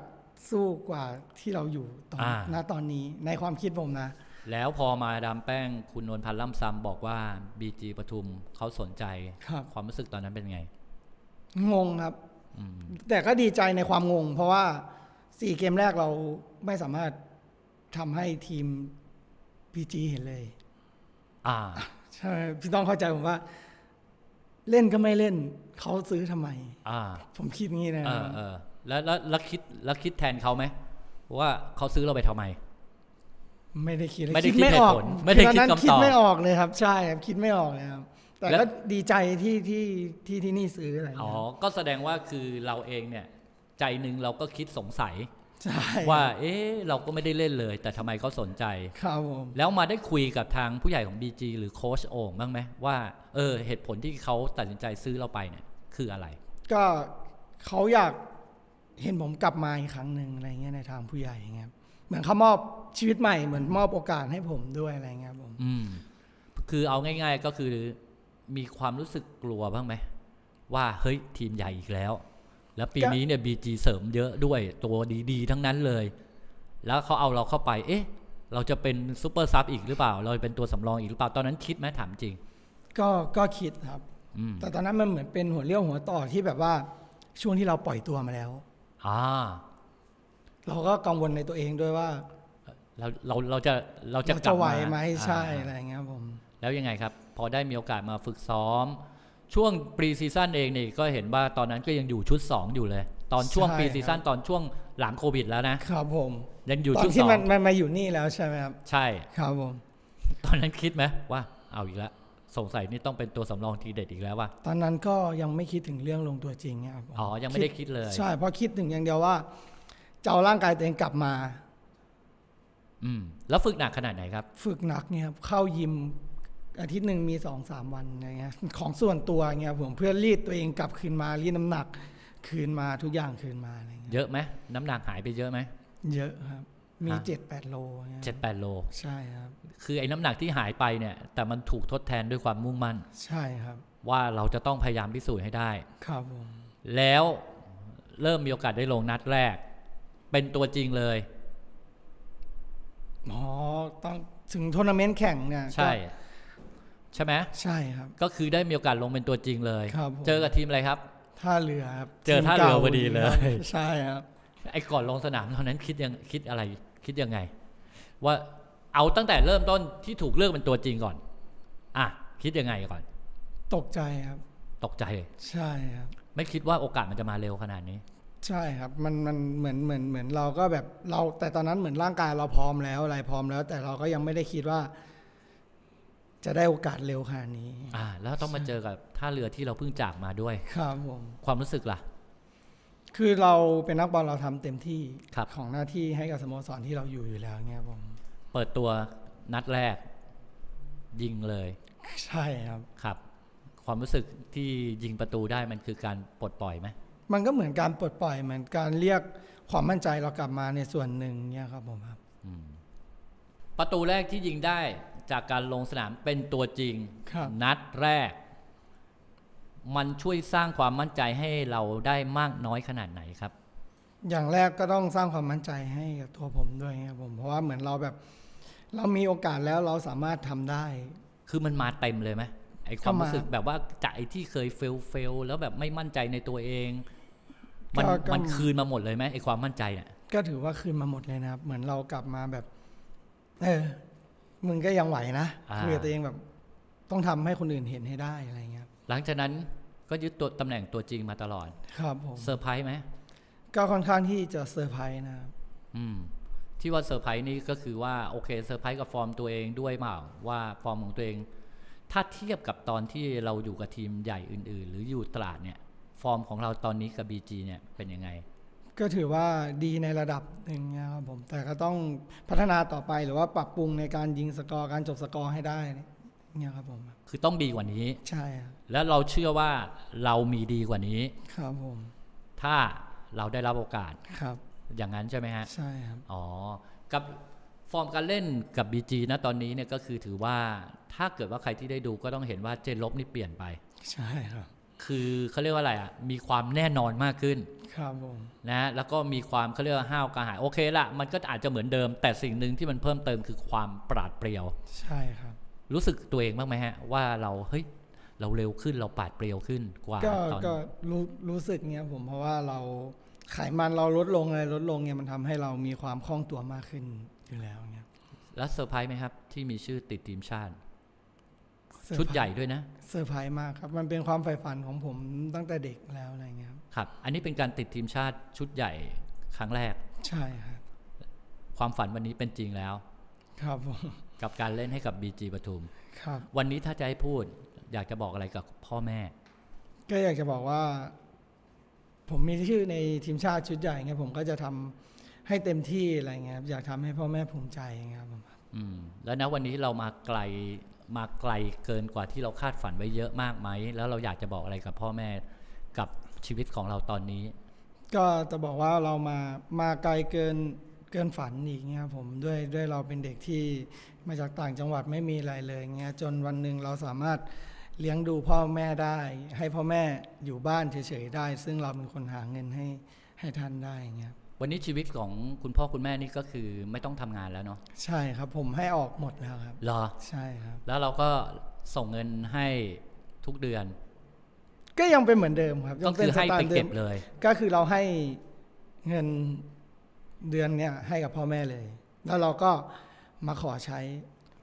[SPEAKER 3] สู้กว่าที่เราอยู่ตอน
[SPEAKER 2] อ่า
[SPEAKER 3] ณตอนนี้ในความคิดผมนะ
[SPEAKER 2] แล้วพอมาดามแป้งคุณนวลพันธ์ล่ำซำบอกว่า BG ปทุมเขาสนใจ
[SPEAKER 3] ครับ
[SPEAKER 2] วามรู้สึกตอนนั้นเป็นไง
[SPEAKER 3] งงครับ
[SPEAKER 2] อืม
[SPEAKER 3] แต่ก็ดีใจในความงง เพราะว่าสี่เกมแรกเราไม่สามารถทำให้ทีม PG เห็นเลย
[SPEAKER 2] อ่า
[SPEAKER 3] ใช่พี่ต้องเข้าใจผมว่า เล่นก็ไม่เล่นเขาซื้อทำไม
[SPEAKER 2] อ่า
[SPEAKER 3] ผมคิดงี้นะ
[SPEAKER 2] เออเออแล้วแล้วแล้วคิดแล้วคิดแทนเขาไหมว่าเขาซื้อเราไปทำไม
[SPEAKER 3] ไม่ได้คิดเลย
[SPEAKER 2] ไม่ได้คิด
[SPEAKER 3] ไม่ออก
[SPEAKER 2] เหตุผลไม่ได้คิด
[SPEAKER 3] ตอนนั้น
[SPEAKER 2] คำตอบ
[SPEAKER 3] คิดไม่ออกเลยครับ ใช่ครับคิดไม่ออกเลยครับแต่
[SPEAKER 2] แล้
[SPEAKER 3] ก็
[SPEAKER 2] ว
[SPEAKER 3] ดีใจที่ที่ที่ที่นี่ซื้ออะไรอย่าง
[SPEAKER 2] อ๋อ
[SPEAKER 3] เงี้ยครับ
[SPEAKER 2] ก็แสดงว่าคือเราเองเนี่ย ใจหนึ่งเราก็คิดสงสัย
[SPEAKER 3] ใช่
[SPEAKER 2] ว่า เอ๊ะเราก็ไม่ได้เล่นเลย แต่ทำไมเขาสนใจ
[SPEAKER 3] ครับผม
[SPEAKER 2] แล้วมาได้คุยกับทางผู้ใหญ่ของ BG หรือโค้ชโอ่งบ้างไหมว่าเออเหตุผลที่เขาตัดสินใจซื้อเราไปเนี่ยคืออะไร
[SPEAKER 3] ก็เขาอยากเห็นผมกลับมาอีกครั้งหนึ่งอะไรเงี้ยในทางผู้ใหญ่อย่างเงี้ยครับเหมือนเขามอบชีวิตใหม่เหมือนมอบโอกาสให้ผมด้วยอะไรเงี้ยครับผม
[SPEAKER 2] อืม คือเอาง่าย ๆ ก็คือมีความรู้สึกกลัวบ้างไหม ว่าเฮ้ยทีมใหญ่อีกแล้ว แล้วปี
[SPEAKER 3] ก็
[SPEAKER 2] นี้เนี่ยบีจีเสริมเยอะด้วยตัวดีๆ ทั้งนั้นเลย แล้วเขาเอาเราเข้าไป เอ๊ะ เราจะเป็นซูเปอร์ซับอีกหรือเปล่า เราจะเป็นตัวสำรองอีกหรือเปล่า ตอนนั้นคิดไหมถามจริง
[SPEAKER 3] ก็ก็คิดครับ
[SPEAKER 2] อืม
[SPEAKER 3] แต่ตอนนั้นมันเหมือนเป็นหัวเรี่ยวหัวต่อที่แบบว่าช่วงที่เราปล่อยตัวมาแล้ว
[SPEAKER 2] อ่า
[SPEAKER 3] เราก็กังวลในตัวเองด้วยว่า
[SPEAKER 2] เราเราเราจะเราจะก
[SPEAKER 3] เรา
[SPEAKER 2] ลั
[SPEAKER 3] จะ
[SPEAKER 2] บ
[SPEAKER 3] ไหว
[SPEAKER 2] มา
[SPEAKER 3] ไหมใช่
[SPEAKER 2] อ่า
[SPEAKER 3] อะไรอย่างเงี้ยครับผม
[SPEAKER 2] แล้วยังไงครับ พอได้มีโอกาสมาฝึกซ้อม ช่วงปรีซีซั่นเองนี่ก็เห็นว่าตอนนั้นก็ยังอยู่ชุด 2 อยู่เลย ตอนช่วง
[SPEAKER 3] ใช่
[SPEAKER 2] ปรีซีซั่น
[SPEAKER 3] ครับ
[SPEAKER 2] ตอนช่วงหลังโควิดแล้วนะ
[SPEAKER 3] ครับผม
[SPEAKER 2] ยังอยู่
[SPEAKER 3] ตอ
[SPEAKER 2] ชุด
[SPEAKER 3] นที่
[SPEAKER 2] สอ
[SPEAKER 3] มัน
[SPEAKER 2] ง
[SPEAKER 3] มันมาอยู่นี่แล้วใช่ไหมครับ
[SPEAKER 2] ใช่
[SPEAKER 3] ครับผม
[SPEAKER 2] ตอนนั้นคิดไหมว่าเอาอีกแล้วสงสัยนี่ต้องเป็นตัวสำรองทีเด็ดอีกแล้วว่า
[SPEAKER 3] ตอนนั้นก็ยังไม่คิดถึงเรื่องลงตัวจริงเนี่ยครับผม
[SPEAKER 2] อ๋อยังไม่ได้คิดเลย
[SPEAKER 3] ใช่เพราะคิดถึงอย่างเดียวว่าจะเอาร่างกายตัวเองกลับมา
[SPEAKER 2] อืมแล้วฝึกหนักขนาดไหนครับ
[SPEAKER 3] ฝึกหนักเนี่ยครับเข้ายิมอาทิตย์หนึ่งมีสองสามวันอะไรเงี้ย ของส่วนตัวเงี้ยครับผมเพื่อรีดตัวเองกลับคืนมารีดน้ำหนักคืนมาทุกอย่างคืนมาอะไรเงี้ย
[SPEAKER 2] เยอะไหมน้ำหนักหายไปเยอะไหม
[SPEAKER 3] เยอะครับ มี
[SPEAKER 2] ฮะ
[SPEAKER 3] เจ็ดแปดโลงี้ย
[SPEAKER 2] เจ็ดแปดโล
[SPEAKER 3] ใช่ครับ
[SPEAKER 2] คือไอ้น้ำหนักที่หายไปเนี่ย แต่มันถูกทดแทนด้วยความมุ่งมั่น
[SPEAKER 3] ใช่ครับ
[SPEAKER 2] ว่าเราจะต้องพยายามพิสูจน์ให้ได้
[SPEAKER 3] ครับผม
[SPEAKER 2] แล้วเริ่มมีโอกาสได้ลงนัดแรก เป็นตัวจริงเลย
[SPEAKER 3] อ๋อต้องถึงทัวร์นาเมนต์แข่งเนี่ย
[SPEAKER 2] ใช่
[SPEAKER 3] ก็
[SPEAKER 2] ใช่ไหม
[SPEAKER 3] ใช่ครับ
[SPEAKER 2] ก็คือได้มีโอกาสลงเป็นตัวจริงเลย
[SPEAKER 3] ครับผม
[SPEAKER 2] เจอกับทีมอะไรครับ
[SPEAKER 3] ท่าเรือครับ
[SPEAKER 2] เจอท่าเรือพอดีเลย
[SPEAKER 3] ใช่ครับ
[SPEAKER 2] ไอ้ก่อนลงสนามตอนนั้นคิดยังคิดอะไรคิดยังไง ว่าเอาตั้งแต่เริ่มต้นที่ถูกเลือกเป็นตัวจริงก่อน อ่ะคิดยังไงก่อน
[SPEAKER 3] ตกใจครับ
[SPEAKER 2] ตกใจ
[SPEAKER 3] ใช่ครับ
[SPEAKER 2] ไม่คิดว่าโอกาสมันจะมาเร็วขนาดนี้
[SPEAKER 3] ใช่ครับ มันมันเหมือนเหมือนเหมือนเราก็แบบเรา แต่ตอนนั้นเหมือนร่างกายเราพร้อมแล้วอะไรพร้อมแล้ว แต่เราก็ยังไม่ได้คิดว่า จะได้โอกาสเร็วขนาดนี้
[SPEAKER 2] อ่า แล้วต้องมาเจอกับท่าเรือที่เราเพิ่งจากมาด้วย
[SPEAKER 3] ครับผม
[SPEAKER 2] ความรู้สึกล่ะ
[SPEAKER 3] คือเราเป็นนักบอลเราทำเต็มที่
[SPEAKER 2] ครับ
[SPEAKER 3] ของหน้าที่ให้กับสโมสรที่เราอยู่อยู่แล้วเงี้ยผม
[SPEAKER 2] เปิดตัวนัดแรก ยิงเลย
[SPEAKER 3] ใช่ครับ
[SPEAKER 2] ครับ ความรู้สึกที่ยิงประตูได้มันคือการปลดปล่อยไหม
[SPEAKER 3] มันก็เหมือนการปลดปล่อยเหมือนการเรียกความมั่นใจเรากลับมาในส่วนหนึ่งเนี่ยครับผมครับ
[SPEAKER 2] ประตูแรกที่ยิงได้จากการลงสนามเป็นตัวจริง
[SPEAKER 3] ครับ
[SPEAKER 2] นัดแรก มันช่วยสร้างความมั่นใจให้เราได้มากน้อยขนาดไหนครับ
[SPEAKER 3] อย่างแรกก็ต้องสร้างความมั่นใจให้กับตัวผมด้วยครับผมเพราะว่าเหมือนเราแบบ เรามีโอกาสแล้วเราสามารถทำได้
[SPEAKER 2] คือมันมาเต็มเลยไหม ไอ้ความ
[SPEAKER 3] เข้ามารู้
[SPEAKER 2] รู้สึกแบบว่าจากไอ้ที่เคยเฟลเฟลแล้วแบบไม่มั่นใจในตัวเอง มัน
[SPEAKER 3] ก็ก็
[SPEAKER 2] มันคืนมาหมดเลยไหมไอ้ความมั่นใจเนี่ย
[SPEAKER 3] ก็ถือว่าคืนมาหมดเลยนะครับ เหมือนเรากลับมาแบบ เออ มึงก็ยังไหวนะ
[SPEAKER 2] า
[SPEAKER 3] คุยกับตัวเองแบบ ต้องทำให้คนอื่นเห็นให้ได้อะไรเงี้ย
[SPEAKER 2] หลังจากนั้นก็ยึดตัวตำแหน่งตัวจริงมาตลอด
[SPEAKER 3] ครับผม
[SPEAKER 2] เซอร์ไพรส์ไหม
[SPEAKER 3] ก็ค่อนข้างที่จะเซอร์ไพรส์นะครับ
[SPEAKER 2] อืม ที่ว่าเซอร์ไพรส์นี่ก็คือว่าโอเคเซอร์ไพรส์กับฟอร์มตัวเองด้วยเปล่าว่าฟอร์มของตัวเอง ถ้าเทียบกับตอนที่เราอยู่กับทีมใหญ่อื่น ๆ หรืออยู่ตลาดเนี่ย ฟอร์มของเราตอนนี้กับ BG เนี่ยเป็นยังไง
[SPEAKER 3] ก็ถือว่าดีในระดับหนึ่งนะครับผม แต่ก็ต้องพัฒนาต่อไปหรือว่าปรับปรุงในการยิงสกอร์การจบสกอร์ให้ได้เนี่ยครับผม
[SPEAKER 2] คือต้องดีกว่านี้
[SPEAKER 3] ใช่ครับ
[SPEAKER 2] แล้วเราเชื่อว่าเรามีดีกว่านี้
[SPEAKER 3] ครับผม
[SPEAKER 2] ถ้าเราได้รับโอกาส
[SPEAKER 3] ครับ
[SPEAKER 2] อย่างนั้นใช่ไหมฮะ
[SPEAKER 3] ใช่ครับ
[SPEAKER 2] อ๋อ กับฟอร์มการเล่นกับ BG นะตอนนี้เนี่ยก็คือถือว่าถ้าเกิดว่าใครที่ได้ดูก็ต้องเห็นว่าเจนลบนี่เปลี่ยนไป
[SPEAKER 3] ใช่ครับ
[SPEAKER 2] คือเขาเรียกว่าอะไรอ่ะ มีความแน่นอนมากขึ้น
[SPEAKER 3] ครับผม
[SPEAKER 2] นะ แล้วก็มีความเขาเรียกว่าห้าวกระหาย โอเคละมันก็อาจจะเหมือนเดิม แต่สิ่งหนึ่งที่มันเพิ่มเติมคือความปราดเปรียว
[SPEAKER 3] ใช่ครับ
[SPEAKER 2] รู้สึกตัวเองบ้างไหมฮะ ว่าเราเฮ้ยเราเร็วขึ้นเราปราดเปรียวขึ้นกว่า
[SPEAKER 3] ก็
[SPEAKER 2] ตอน
[SPEAKER 3] ก็รู้รู้สึกเนี้ยผมเพราะว่าเราไขมันเราลดลงอะไรลดลงเนี่ยมันทำให้เรามีความคล่องตัวมากขึ้นอยู่แล้วเนี่ย
[SPEAKER 2] แล้วเซอร์ไพรส์ไหมครับ ที่มีชื่อติดทีมชาติ ชุดใหญ่ด้วยนะ
[SPEAKER 3] เซอร์ไพรส์มากครับ มันเป็นความใฝ่ฝันของผมตั้งแต่เด็กแล้วอะไรเงี้ยครับ
[SPEAKER 2] ครับ อันนี้เป็นการติดทีมชาติชุดใหญ่ครั้งแรก
[SPEAKER 3] ใช่ครับ
[SPEAKER 2] ความฝันวันนี้เป็นจริงแล้ว
[SPEAKER 3] ครับผม
[SPEAKER 2] กับการเล่นให้กับ BG ปทุม
[SPEAKER 3] ครับ
[SPEAKER 2] วันนี้ถ้าจะให้พูด อยากจะบอกอะไรกับพ่อแม่
[SPEAKER 3] ก็อยากจะบอกว่า ผมมีชื่อในทีมชาติชุดใหญ่เงี้ยผมก็จะทำให้เต็มที่อะไรเงี้ยครับอยากทำให้พ่อแม่ภูมิใจเงี้ยครับผม
[SPEAKER 2] อืม แล้วนะวันนี้เรามาไกลมาไกลเกินกว่าที่เราคาดฝันไว้เยอะมากไหม แล้วเราอยากจะบอกอะไรกับพ่อแม่กับชีวิตของเราตอนนี้
[SPEAKER 3] ก็จะบอกว่าเรามามาไกลเกินเกินฝันอีกเงี้ยครับผมด้วยด้วยเราเป็นเด็กที่มาจากต่างจังหวัดไม่มีอะไรเลยเงี้ยจนวันหนึ่งเราสามารถเลี้ยงดูพ่อแม่ได้ ให้พ่อแม่อยู่บ้านเฉยๆได้ ซึ่งเราเป็นคนหาเงินให้ให้ท่านได้เงี้ยครับ
[SPEAKER 2] วันนี้ชีวิตของคุณพ่อคุณแม่นี่ก็คือไม่ต้องทำงานแล้วเนาะ
[SPEAKER 3] ใช่ครับ ผมให้ออกหมดแล้วครับ
[SPEAKER 2] เหรอ
[SPEAKER 3] ใช่ครับ
[SPEAKER 2] แล้วเราก็ส่งเงินให้ทุกเดือน
[SPEAKER 3] ก็ยังเป็นเหมือนเดิมครับ
[SPEAKER 2] ก็
[SPEAKER 3] ยัง
[SPEAKER 2] คื
[SPEAKER 3] น
[SPEAKER 2] อให้
[SPEAKER 3] สตา
[SPEAKER 2] ไป
[SPEAKER 3] ล์ดิ
[SPEAKER 2] เก็
[SPEAKER 3] ม
[SPEAKER 2] บเลย
[SPEAKER 3] ก็คือเราให้เงินเดือนเนี่ยให้กับพ่อแม่เลย แล้วเราก็มาขอใช้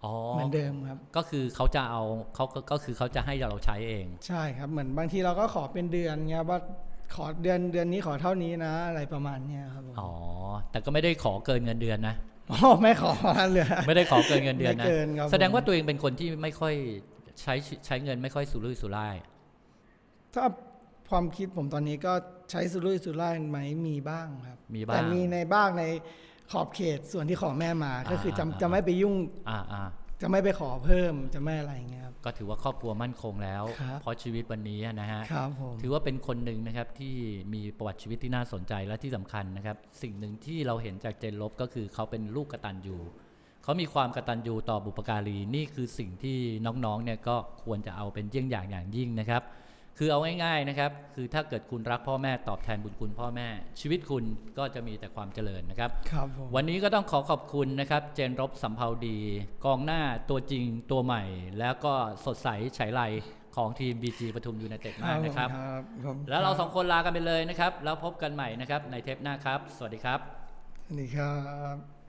[SPEAKER 2] อ๋อ
[SPEAKER 3] เหมือนเดิมครับ
[SPEAKER 2] ก็คือเขาจะเอาเขาก็ก็คือเขาจะให้เราใช้เอง
[SPEAKER 3] ใช่ครับ เหมือนบางทีเราก็ขอเป็นเดือนเงี้ยว่าขอเดือนเดือนนี้ขอเท่านี้นะ อะไรประมาณเนี้ยครับผม
[SPEAKER 2] อ๋อ แต่ก็ไม่ได้ขอเกินเงินเดือนนะ
[SPEAKER 3] อ๋อไม่ขอเหลือ
[SPEAKER 2] ไม่ได้ขอเกินเงินเดือนนะ
[SPEAKER 3] ไม่เกินครับผม
[SPEAKER 2] แสดงว่าตัวเองเป็นคนที่ไม่ค่อยใช้ใช้เงินไม่ค่อยสุรุ่ยสุร่าย
[SPEAKER 3] ถ้าความคิดผมตอนนี้ก็ใช้สุรุ่ยสุร่ายไหมมีบ้างครับ
[SPEAKER 2] มีบ้าง
[SPEAKER 3] แต่มีในบ้างในขอบเขตส่วนที่ขอแม่มา ก็คือจะ
[SPEAKER 2] อ่าอ่า
[SPEAKER 3] จะไม่ไปยุ่ง
[SPEAKER 2] อ่าอ่า
[SPEAKER 3] จะไม่ไปขอเพิ่มจะไม่อะไรเงี้ยครับ
[SPEAKER 2] ก็ถือว่าครอบครัวมั่นคงแล้ว
[SPEAKER 3] ครับ
[SPEAKER 2] เพราะชีวิตวันนี้นะฮะ
[SPEAKER 3] ครับผม
[SPEAKER 2] ถือว่าเป็นคนหนึ่งนะครับที่มีประวัติชีวิตที่น่าสนใจและที่สำคัญนะครับ สิ่งหนึ่งที่เราเห็นจากเจนลบก็คือเขาเป็นลูกกตัญญูเขามีความกตัญญูต่อบุปการีนี่คือสิ่งที่น้องๆเนี่ยก็ควรจะเอาเป็นเยี่ยงอย่างอย่างยิ่งนะครับ คือเอาง่ายๆนะครับ คือถ้าเกิดคุณรักพ่อแม่ตอบแทนบุญคุณพ่อแม่ ชีวิตคุณก็จะมีแต่ความเจริญนะครับ
[SPEAKER 3] ครับผม
[SPEAKER 2] วันนี้ก็ต้องขอขอบคุณนะครับ เจนรบสัมภาวดี กองหน้าตัวจริงตัวใหม่ แล้วก็สดใสไฉไลของทีม BG ปทุมยูไนเต็ดมากนะครับ
[SPEAKER 3] ครับผม
[SPEAKER 2] แล้วเราสองคนลากันไปเลยนะครับ แล้วพบกันใหม่นะครับในเทปหน้าครับ สวัสดีครับ
[SPEAKER 3] สวัสดีครับ